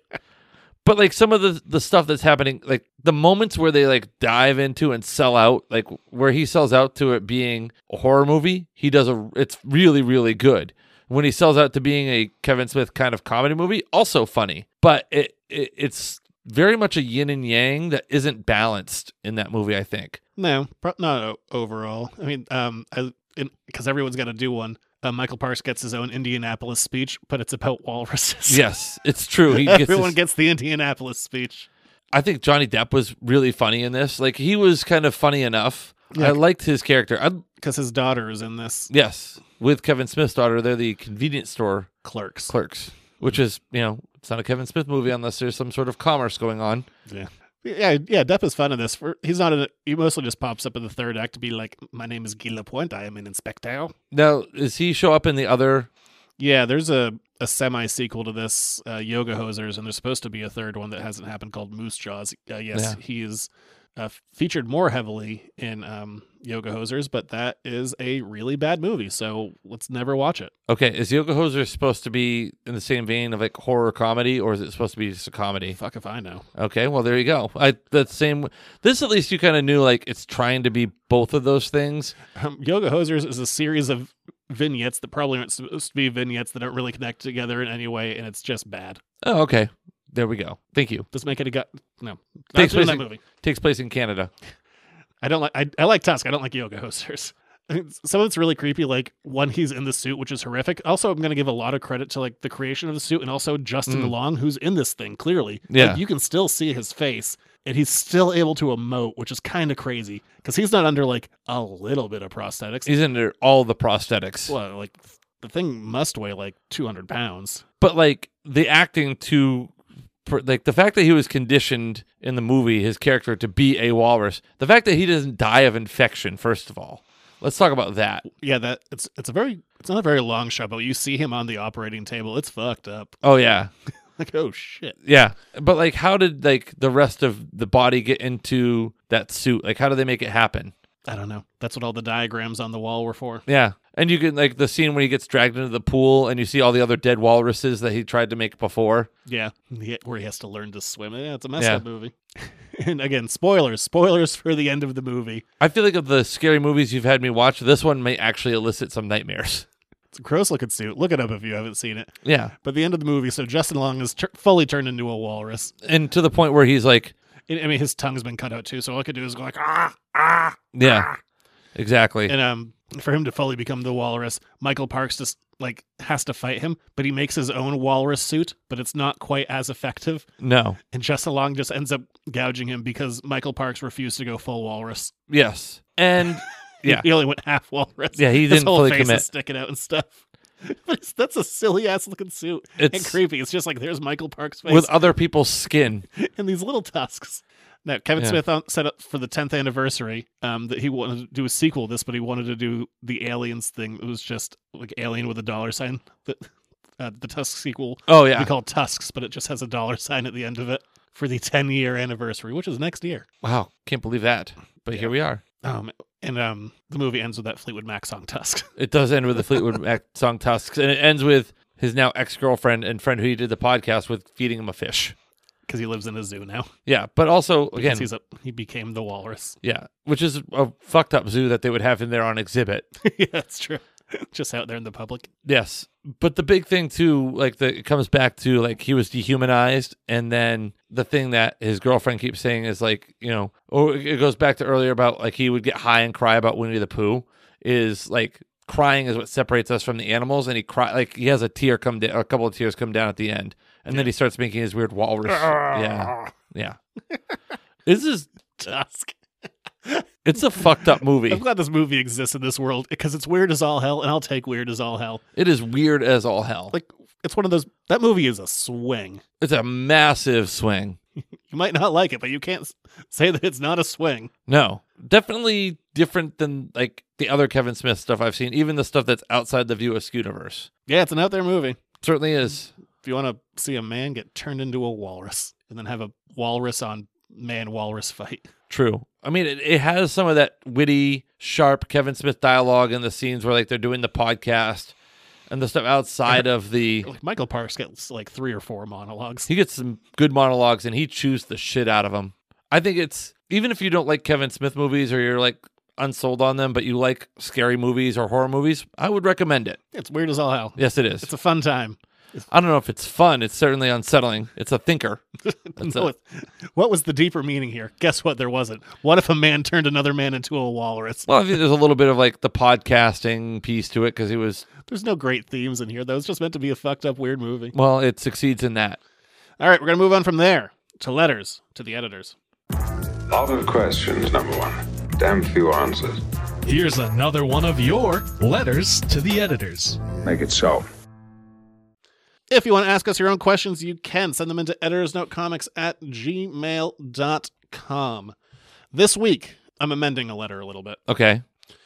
S5: but like some of the the stuff that's happening like the moments where they like dive into and sell out like where he sells out to it being a horror movie he does a it's really really good when he sells out to being a kevin smith kind of comedy movie also funny but it, it it's very much a yin and yang that isn't balanced in that movie i think
S4: No, pro- not o- overall. I mean, um, because everyone's got to do one. Uh, Michael Parks gets his own Indianapolis speech, but it's about walruses. (laughs)
S5: yes it's true he gets
S4: everyone
S5: this-
S4: gets the Indianapolis speech.
S5: i think johnny depp was really funny in this like he was kind of funny enough I liked his character.
S4: Because his daughter is in this.
S5: Yes, with Kevin Smith's daughter, they're the convenience store
S4: clerks.
S5: Clerks, which is you know it's not a Kevin Smith movie unless there's some sort of commerce going on.
S4: Yeah. Yeah, yeah, Depp is fun in this. For he's not. A, he mostly just pops up in the third act to be like, "My name is Guy Lapointe. I am an inspector."
S5: Now, does he show up in the other?
S4: Yeah, there's a, a semi sequel to this, uh, Yoga Hosers, and there's supposed to be a third one that hasn't happened called Moose Jaws. Uh, yes,
S5: Yeah.
S4: he is uh, featured more heavily in um, Yoga Hosers, but that is a really bad movie, so let's never watch it.
S5: Okay, is Yoga Hoser supposed to be in the same vein of like horror comedy, or is it supposed to be just a comedy?
S4: Fuck if I know.
S5: Okay, well there you go. I that same. This at least you kind of knew like it's trying to be both of those things.
S4: Um, Yoga Hosers is a series of vignettes that probably aren't supposed to be vignettes that don't really connect together in any way, and it's just bad.
S5: Oh, okay. There we go. Thank you.
S4: Let's make it a gut. No, not
S5: Takes
S4: doing
S5: place
S4: that
S5: in-
S4: movie.
S5: Takes place in Canada.
S4: I don't like. I, I like Tusk. I don't like Yoga (laughs) Hosers. I mean, some of it's really creepy. Like one, he's in the suit, which is horrific. Also, I'm going to give a lot of credit to like the creation of the suit, and also Justin
S5: Mm.
S4: Long, who's in this thing clearly. Like,
S5: Yeah.
S4: you can still see his face, and he's still able to emote, which is kind of crazy because he's not under like a little bit of prosthetics.
S5: He's under all the prosthetics.
S4: well, like the thing must weigh like 200 pounds.
S5: but like the acting to for- like the fact that he was conditioned in the movie his character to be a walrus the fact that he doesn't die of infection first of all let's talk about that
S4: Yeah, that it's it's a very it's not a very long shot, but you see him on the operating table. It's fucked up.
S5: oh yeah
S4: Like oh shit.
S5: yeah but like how did like the rest of the body get into that suit like how do they make it happen
S4: I don't know. That's what all the diagrams on the wall were for.
S5: yeah and you can like the scene when he gets dragged into the pool and you see all the other dead walruses that he tried to make before
S4: Yeah, he- where he has to learn to swim. Yeah, it's a messed
S5: Yeah.
S4: up movie. (laughs) and again, spoilers, spoilers for the end of the movie.
S5: i feel like of the scary movies you've had me watch this one may actually elicit some nightmares
S4: It's a gross looking suit. Look it up if you haven't seen it.
S5: yeah
S4: But the end of the movie, so Justin Long is tur fully turned into a walrus.
S5: and to the point where he's like
S4: And, I mean, his tongue's been cut out too. So all I could do is go like ah ah.
S5: Yeah, exactly.
S4: And um, for him to fully become the walrus, Michael Parks just like has to fight him, but he makes his own walrus suit, but it's not quite as effective.
S5: no.
S4: And Justin Long just ends up gouging him because Michael Parks refused to go full walrus.
S5: Yes. And
S4: He-
S5: (laughs) yeah,
S4: he only went half (laughs) walrus.
S5: Yeah, he
S4: His
S5: didn't
S4: whole
S5: fully
S4: face is
S5: commit.
S4: sticking out and stuff. (laughs) But it's, that's a silly ass looking suit and
S5: It's-
S4: creepy. It's just like there's Michael Park's face
S5: with other people's skin.
S4: and these little tusks. Now Kevin
S5: Yeah.
S4: Smith on, set up for the 10th anniversary um, that he wanted to do a sequel to this, but he wanted to do the aliens thing. It was just like Alien with a dollar sign. The, uh, the Tusk sequel.
S5: Oh, yeah.
S4: we call Tusks, but it just has a dollar sign at the end of it for the 10 year anniversary, which is next year.
S5: Wow, can't believe that. But here we are.
S4: Um, and um, the movie ends with that Fleetwood Mac song Tusk. (laughs)
S5: It does end with the Fleetwood Mac song Tusks, and it ends with his now ex girlfriend and friend who he did the podcast with feeding him a fish.
S4: because he lives in a zoo now.
S5: Yeah, but also
S4: Because
S5: again,
S4: he's a, he became the walrus. (laughs)
S5: yeah, which is a fucked up zoo that they would have in there on exhibit.
S4: yeah, that's true. Just out there in the public.
S5: Yes, but the big thing too, like the it comes back to like he was dehumanized, and then the thing that his girlfriend keeps saying is like you know, or it goes back to earlier about like he would get high and cry about Winnie the Pooh. Is like crying is what separates us from the animals, and he cry like he has a tear come down, a couple of tears come down at the end, and then he starts making his weird walrus. yeah, yeah. this is
S4: Tusk.
S5: it's a fucked up
S4: (laughs) I'm
S5: movie.
S4: glad this movie exists in this world because it's weird as all hell, and I'll take weird as all hell.
S5: It is weird as all hell. Like
S4: Like it's one of those. That movie is a swing.
S5: it's a massive swing.
S4: You might not like it, but you can't s- say that it's not a swing.
S5: No, definitely different than like the other Kevin Smith stuff I've seen, even the stuff that's outside the view of Scootiverse.
S4: Yeah, it's an out there movie.
S5: Certainly is.
S4: If you want to see a man get turned into a walrus and then have a walrus on man walrus fight,
S5: True. I mean, it, it has some of that witty, sharp Kevin Smith dialogue in the scenes where like they're doing the podcast and the stuff outside of the.
S4: like Michael Parks gets like three or four monologues.
S5: He gets some good monologues and he chews the shit out of them. I think it's even if you don't like Kevin Smith movies or you're like unsold on them, but you like scary movies or horror movies, I would recommend it.
S4: It's weird as all hell.
S5: Yes, it is.
S4: It's a fun time.
S5: I don't know if it's fun. It's certainly unsettling. It's a thinker. (laughs) That's
S4: No,
S5: it.
S4: it- What was the deeper meaning here? Guess what? There wasn't. What if a man turned another man into a walrus?
S5: Well, I think there's a little bit of like the podcasting piece to it because it was,
S4: There's no great themes in here, though. It's just meant to be a fucked up, weird movie.
S5: well, it succeeds in that.
S4: All right, we're going to move on from there to letters to the editors.
S14: Other questions, number one.
S2: Damn few answers.
S10: Here's another one of your letters to the editors.
S2: Make it so.
S4: If you want to ask us your own questions, you can send them into editorsnotecomics at gmail.com. This week, I'm amending a letter a little bit.
S5: Okay.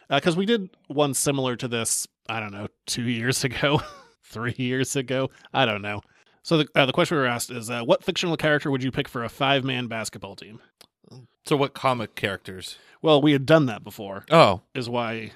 S4: Because Uh, we did one similar to this, I don't know, two years (laughs) ago, three years ago. I don't know. So the, uh, the question we were asked is uh, what fictional character would you pick for a five man basketball team?
S5: So what comic characters?
S4: Well, we had done that before.
S5: Oh.
S4: Is why.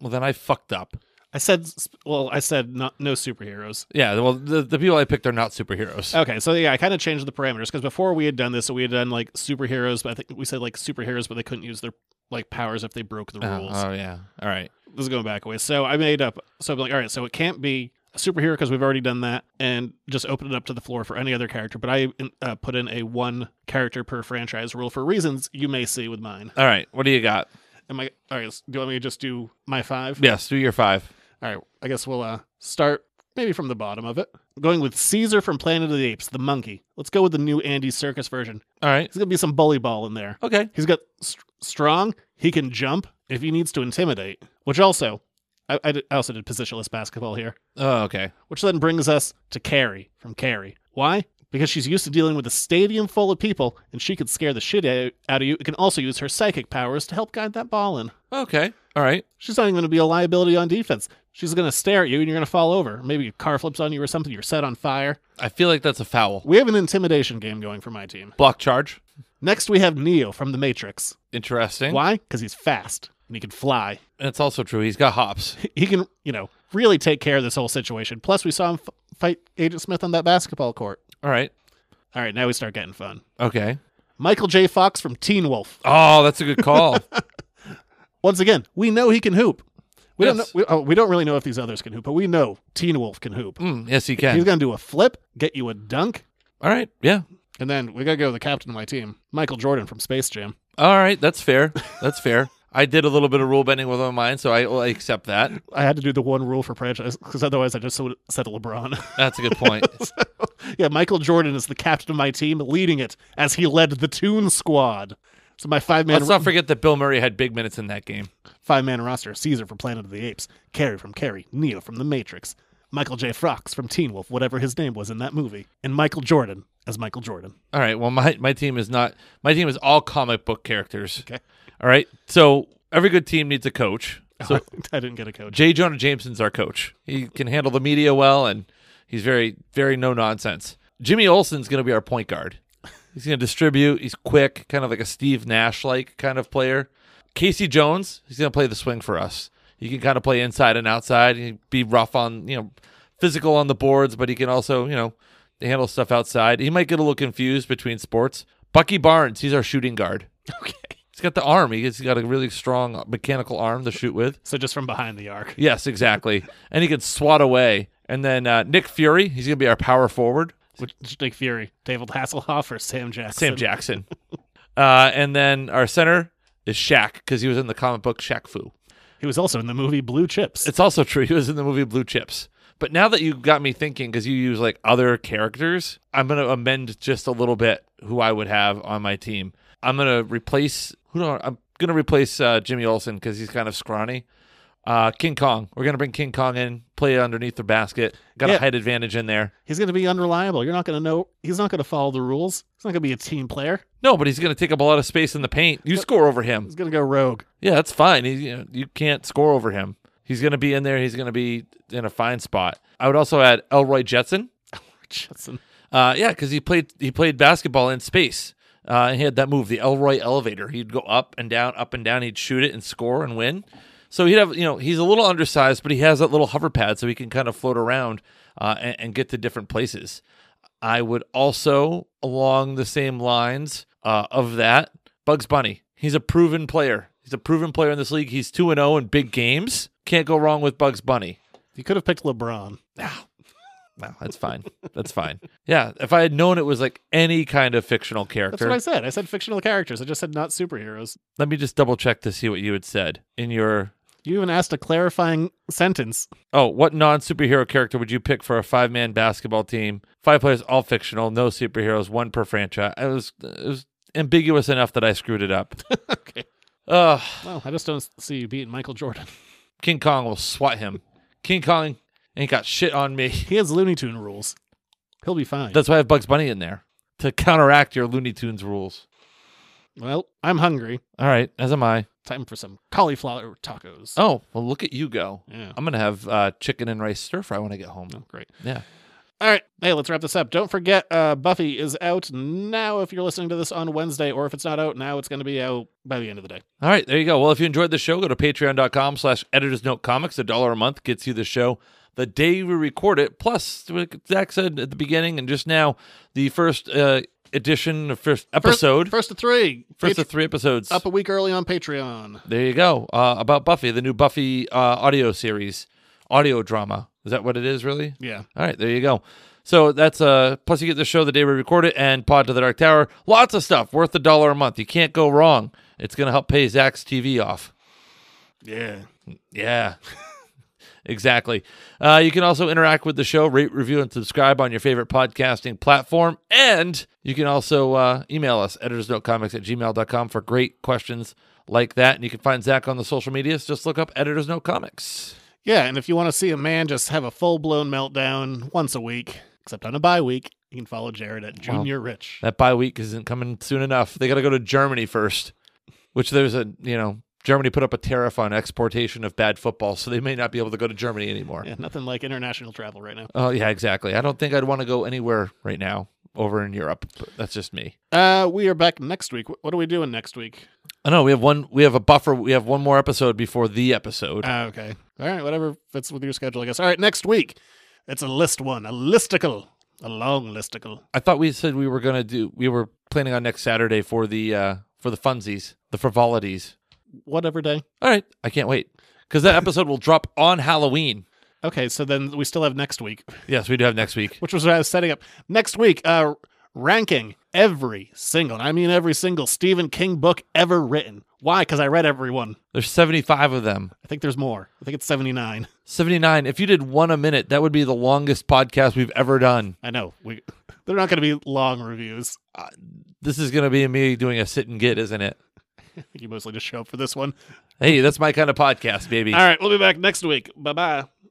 S5: Well, then I fucked up.
S4: I said, well, I said not, no superheroes.
S5: Yeah, well, the, the people I picked are not superheroes.
S4: Okay, so yeah, I kind of changed the parameters because before we had done this, so we had done like superheroes, but I think we said like superheroes, but they couldn't use their like powers if they broke the
S5: Oh,
S4: rules.
S5: oh, yeah. All right.
S4: This is going back a way. So I made up. So I'm like, all right, so it can't be a superhero because we've already done that, and just open it up to the floor for any other character. But I uh, put in a one character per franchise rule for reasons you may see with mine.
S5: All right. What do you got?
S4: Am I all right? Do you want me to just do my five?
S5: Yes, do your five.
S4: All right, I guess we'll uh, start maybe from the bottom of it. Going with Caesar from Planet of the Apes, the monkey. Let's go with the new Andy Circus version.
S5: All right.
S4: There's gonna be some bully ball in there.
S5: Okay.
S4: He's got st- strong. He can jump if he needs to intimidate. Which also, I, I did- I also did positionless basketball here.
S5: Oh, okay.
S4: Which then brings us to Carrie from Carrie. Why? Because she's used to dealing with a stadium full of people, and she could scare the shit out- out of you. It can also use her psychic powers to help guide that ball in.
S5: Okay. All right.
S4: She's not even going to be a liability on defense. She's going to stare at you and you're going to fall over. Maybe a car flips on you or something. You're set on fire.
S5: I feel like that's a foul.
S4: We have an intimidation game going for my team.
S5: Block charge.
S4: Next, we have Neo from The Matrix.
S5: Interesting.
S4: Why? Because he's fast and he can fly.
S5: That's also true. He's got (laughs) hops.
S4: He can, you know, really take care of this whole situation. Plus, we saw him f- fight Agent Smith on that basketball court.
S5: All right.
S4: All right, now we start getting fun.
S5: Okay.
S4: Michael J. Fox from Teen Wolf.
S5: Oh, that's a good (laughs) call.
S4: Once again, we know he can hoop. We don't know,
S5: Yes.
S4: we, oh, we don't really know if these others can hoop, but we know Teen Wolf can hoop.
S5: Mm, yes, he can.
S4: He's going to do a flip, get you a dunk,
S5: All right. Yeah.
S4: And then we gotta go with the captain of my team, Michael Jordan from Space Jam.
S5: All right. That's fair. That's fair. I did a little bit of rule bending with my mind, so I will accept that.
S4: I had to do the one rule for franchise because otherwise I just would said LeBron. (laughs)
S5: That's a good point.
S4: yeah, Michael Jordan is the captain of my team, leading it as he led the Toon Squad. So my five man
S5: Let's not forget that Bill Murray had big minutes in that game.
S4: five man roster: Caesar from Planet of the Apes, Carrie from Carrie, Neo from The Matrix, Michael J. Fox from Teen Wolf, whatever his name was in that movie, and Michael Jordan as Michael Jordan. (laughs)
S5: All right. Well, my, my team is not. My team is all comic book characters.
S4: Okay.
S5: All right. So every good team needs a coach.
S4: (laughs)
S5: So
S4: I didn't get a coach.
S5: J. Jonah Jameson's our coach. He can handle the media well, and he's very, very no nonsense. Jimmy Olsen's going to be our point guard. He's going to distribute. He's quick, kind of like a Steve Nash like kind of player. Casey Jones, he's going to play the swing for us. He can kind of play inside and outside. He be rough on, you know, physical on the boards, but he can also, you know, handle stuff outside. He might get a little confused between sports. Bucky Barnes, he's our shooting guard.
S4: Okay.
S5: He's got the arm. He's he's got a really strong mechanical arm to shoot with.
S4: So just from behind the arc.
S5: Yes, exactly. and he can swat away. And then uh, Nick Fury, he's going to be our power forward.
S4: Which Nick Fury, David Hasselhoff, or Sam Jackson?
S5: Sam Jackson. (laughs) uh, and then our center is Shaq because he was in the comic book Shaq Fu.
S4: He was also in the movie Blue Chips.
S5: It's also true. He was in the movie Blue Chips. But now that you got me thinking, because you use like other characters, I'm going to amend just a little bit who I would have on my team. I'm going to replace who do I, I'm going to replace uh, Jimmy Olsen because he's kind of scrawny. Uh, King Kong. We're going to bring King Kong in, play underneath the basket. Got
S4: Yeah.
S5: a height advantage in there.
S4: He's going to be unreliable. You're not going to know. He's not going to follow the rules. He's not going to be a team player.
S5: No, but he's going to take up a lot of space in the paint. You score over him.
S4: He's going to go rogue. (laughs)
S5: Yeah, that's fine. He, you, know, you can't score over him. He's going to be in there. He's going to be in a fine spot. I would also add Elroy Jetson.
S4: Jetson.
S5: Uh, yeah, because he played he played basketball in space. Uh, he had that move, the Elroy Elevator. He'd go up and down, up and down. He'd shoot it and score and win. So he'd have you know he's a little undersized, but he has that little hover pad, so he can kind of float around uh, and, and get to different places. I would also, along the same lines uh, of that, Bugs Bunny. He's a proven player. He's a proven player in this league. He's two and zero in big games. Can't go wrong with Bugs Bunny.
S4: You could have picked LeBron.
S5: No, that's fine. That's fine. Yeah, if I had known it was like any kind of fictional
S4: That's
S5: character,
S4: what I said. I said fictional characters. I just said not superheroes.
S5: let me just double check to see what you had said in your.
S4: You even asked a clarifying sentence.
S5: Oh, what non superhero character would you pick for a five man basketball team? Five players, all fictional, no superheroes, one per franchise. It was it was ambiguous enough that I screwed it up.
S4: (laughs) okay.
S5: Ugh.
S4: Well, I just don't see you beating Michael Jordan. (laughs)
S5: King Kong will swat him. King Kong ain't got shit on me.
S4: He has Looney Tune rules. He'll be fine.
S5: That's why I have Bugs Bunny in there to counteract your Looney Tunes rules.
S4: Well, I'm hungry.
S5: All right, as am I.
S4: Time for some cauliflower tacos.
S5: Oh, well, look at you go.
S4: Yeah.
S5: I'm going to have uh, chicken and rice stir fry when I get home.
S4: Oh, great.
S5: Yeah.
S4: All right. Hey, let's wrap this up. Don't forget, uh, Buffy is out now if you're listening to this on Wednesday, or if it's not out now, it's going to be out by the end of the day.
S5: All right, there you go. Well, if you enjoyed the show, go to patreon.com slash editors note comics. A dollar a month gets you the show the day we record it. Plus, like Zach said at the beginning and just now, the first uh, edition, first episode,
S4: First, first of three.
S5: first
S4: Patr-
S5: of three episodes.
S4: Up a week early on Patreon.
S5: There you go. Uh, about Buffy, the new Buffy uh, audio series, audio drama. Is that what it is, really?
S4: Yeah.
S5: All right, there you go. So that's uh plus you get the show the day we record it and Pod to the Dark Tower. Lots of stuff worth a dollar a month. You can't go wrong. It's gonna help pay Zach's TV off.
S4: Yeah.
S5: Yeah. (laughs) exactly. Uh, you can also interact with the show, rate, review, and subscribe on your favorite podcasting platform. And you can also uh, email us, editorsnotecomics at gmail.com for great questions like that. And you can find Zach on the social medias. Just look up Editors Note Comics.
S4: Yeah, and if you want to see a man just have a full blown meltdown once a week, except on a bye week, you can follow Jared at
S5: Well,
S4: Junior Rich.
S5: That bye week isn't coming soon enough. They got to go to Germany first, which there's a, you know, Germany put up a tariff on exportation of bad football, so they may not be able to go to Germany anymore.
S4: Yeah, nothing like international travel right now.
S5: Oh, yeah, exactly. I don't think I'd want to go anywhere right now over in Europe. But that's just me.
S4: Uh, we are back next week. Wh- What are we doing next week?
S5: I know we have one. We have a buffer. We have one more episode before the episode.
S4: Ah, okay. All right, whatever fits with your schedule, I guess. All right, next week. It's a list one, a listicle, a long listicle.
S5: I thought we said we were gonna do. We were planning on next Saturday for the uh for the funsies, the frivolities.
S4: Whatever day.
S5: All right, I can't wait because that episode will drop on Halloween.
S4: Okay, so then we still have next week,
S5: Yes, we do have next week.
S4: which was what I was setting up. Next week, uh, ranking every single, and I mean every single Stephen King book ever written. Why? Because I read every one.
S5: There's 75 of them.
S4: I think there's more. I think it's 79.
S5: 79. If you did one a minute, that would be the longest podcast we've ever done.
S4: I know. We they're not going to be long reviews.
S5: This is gonna be me doing a sit and get, isn't it?
S4: I think you mostly just show up for this one.
S5: Hey, that's my kind of podcast, baby.
S4: All right, we'll be back next week. Bye bye.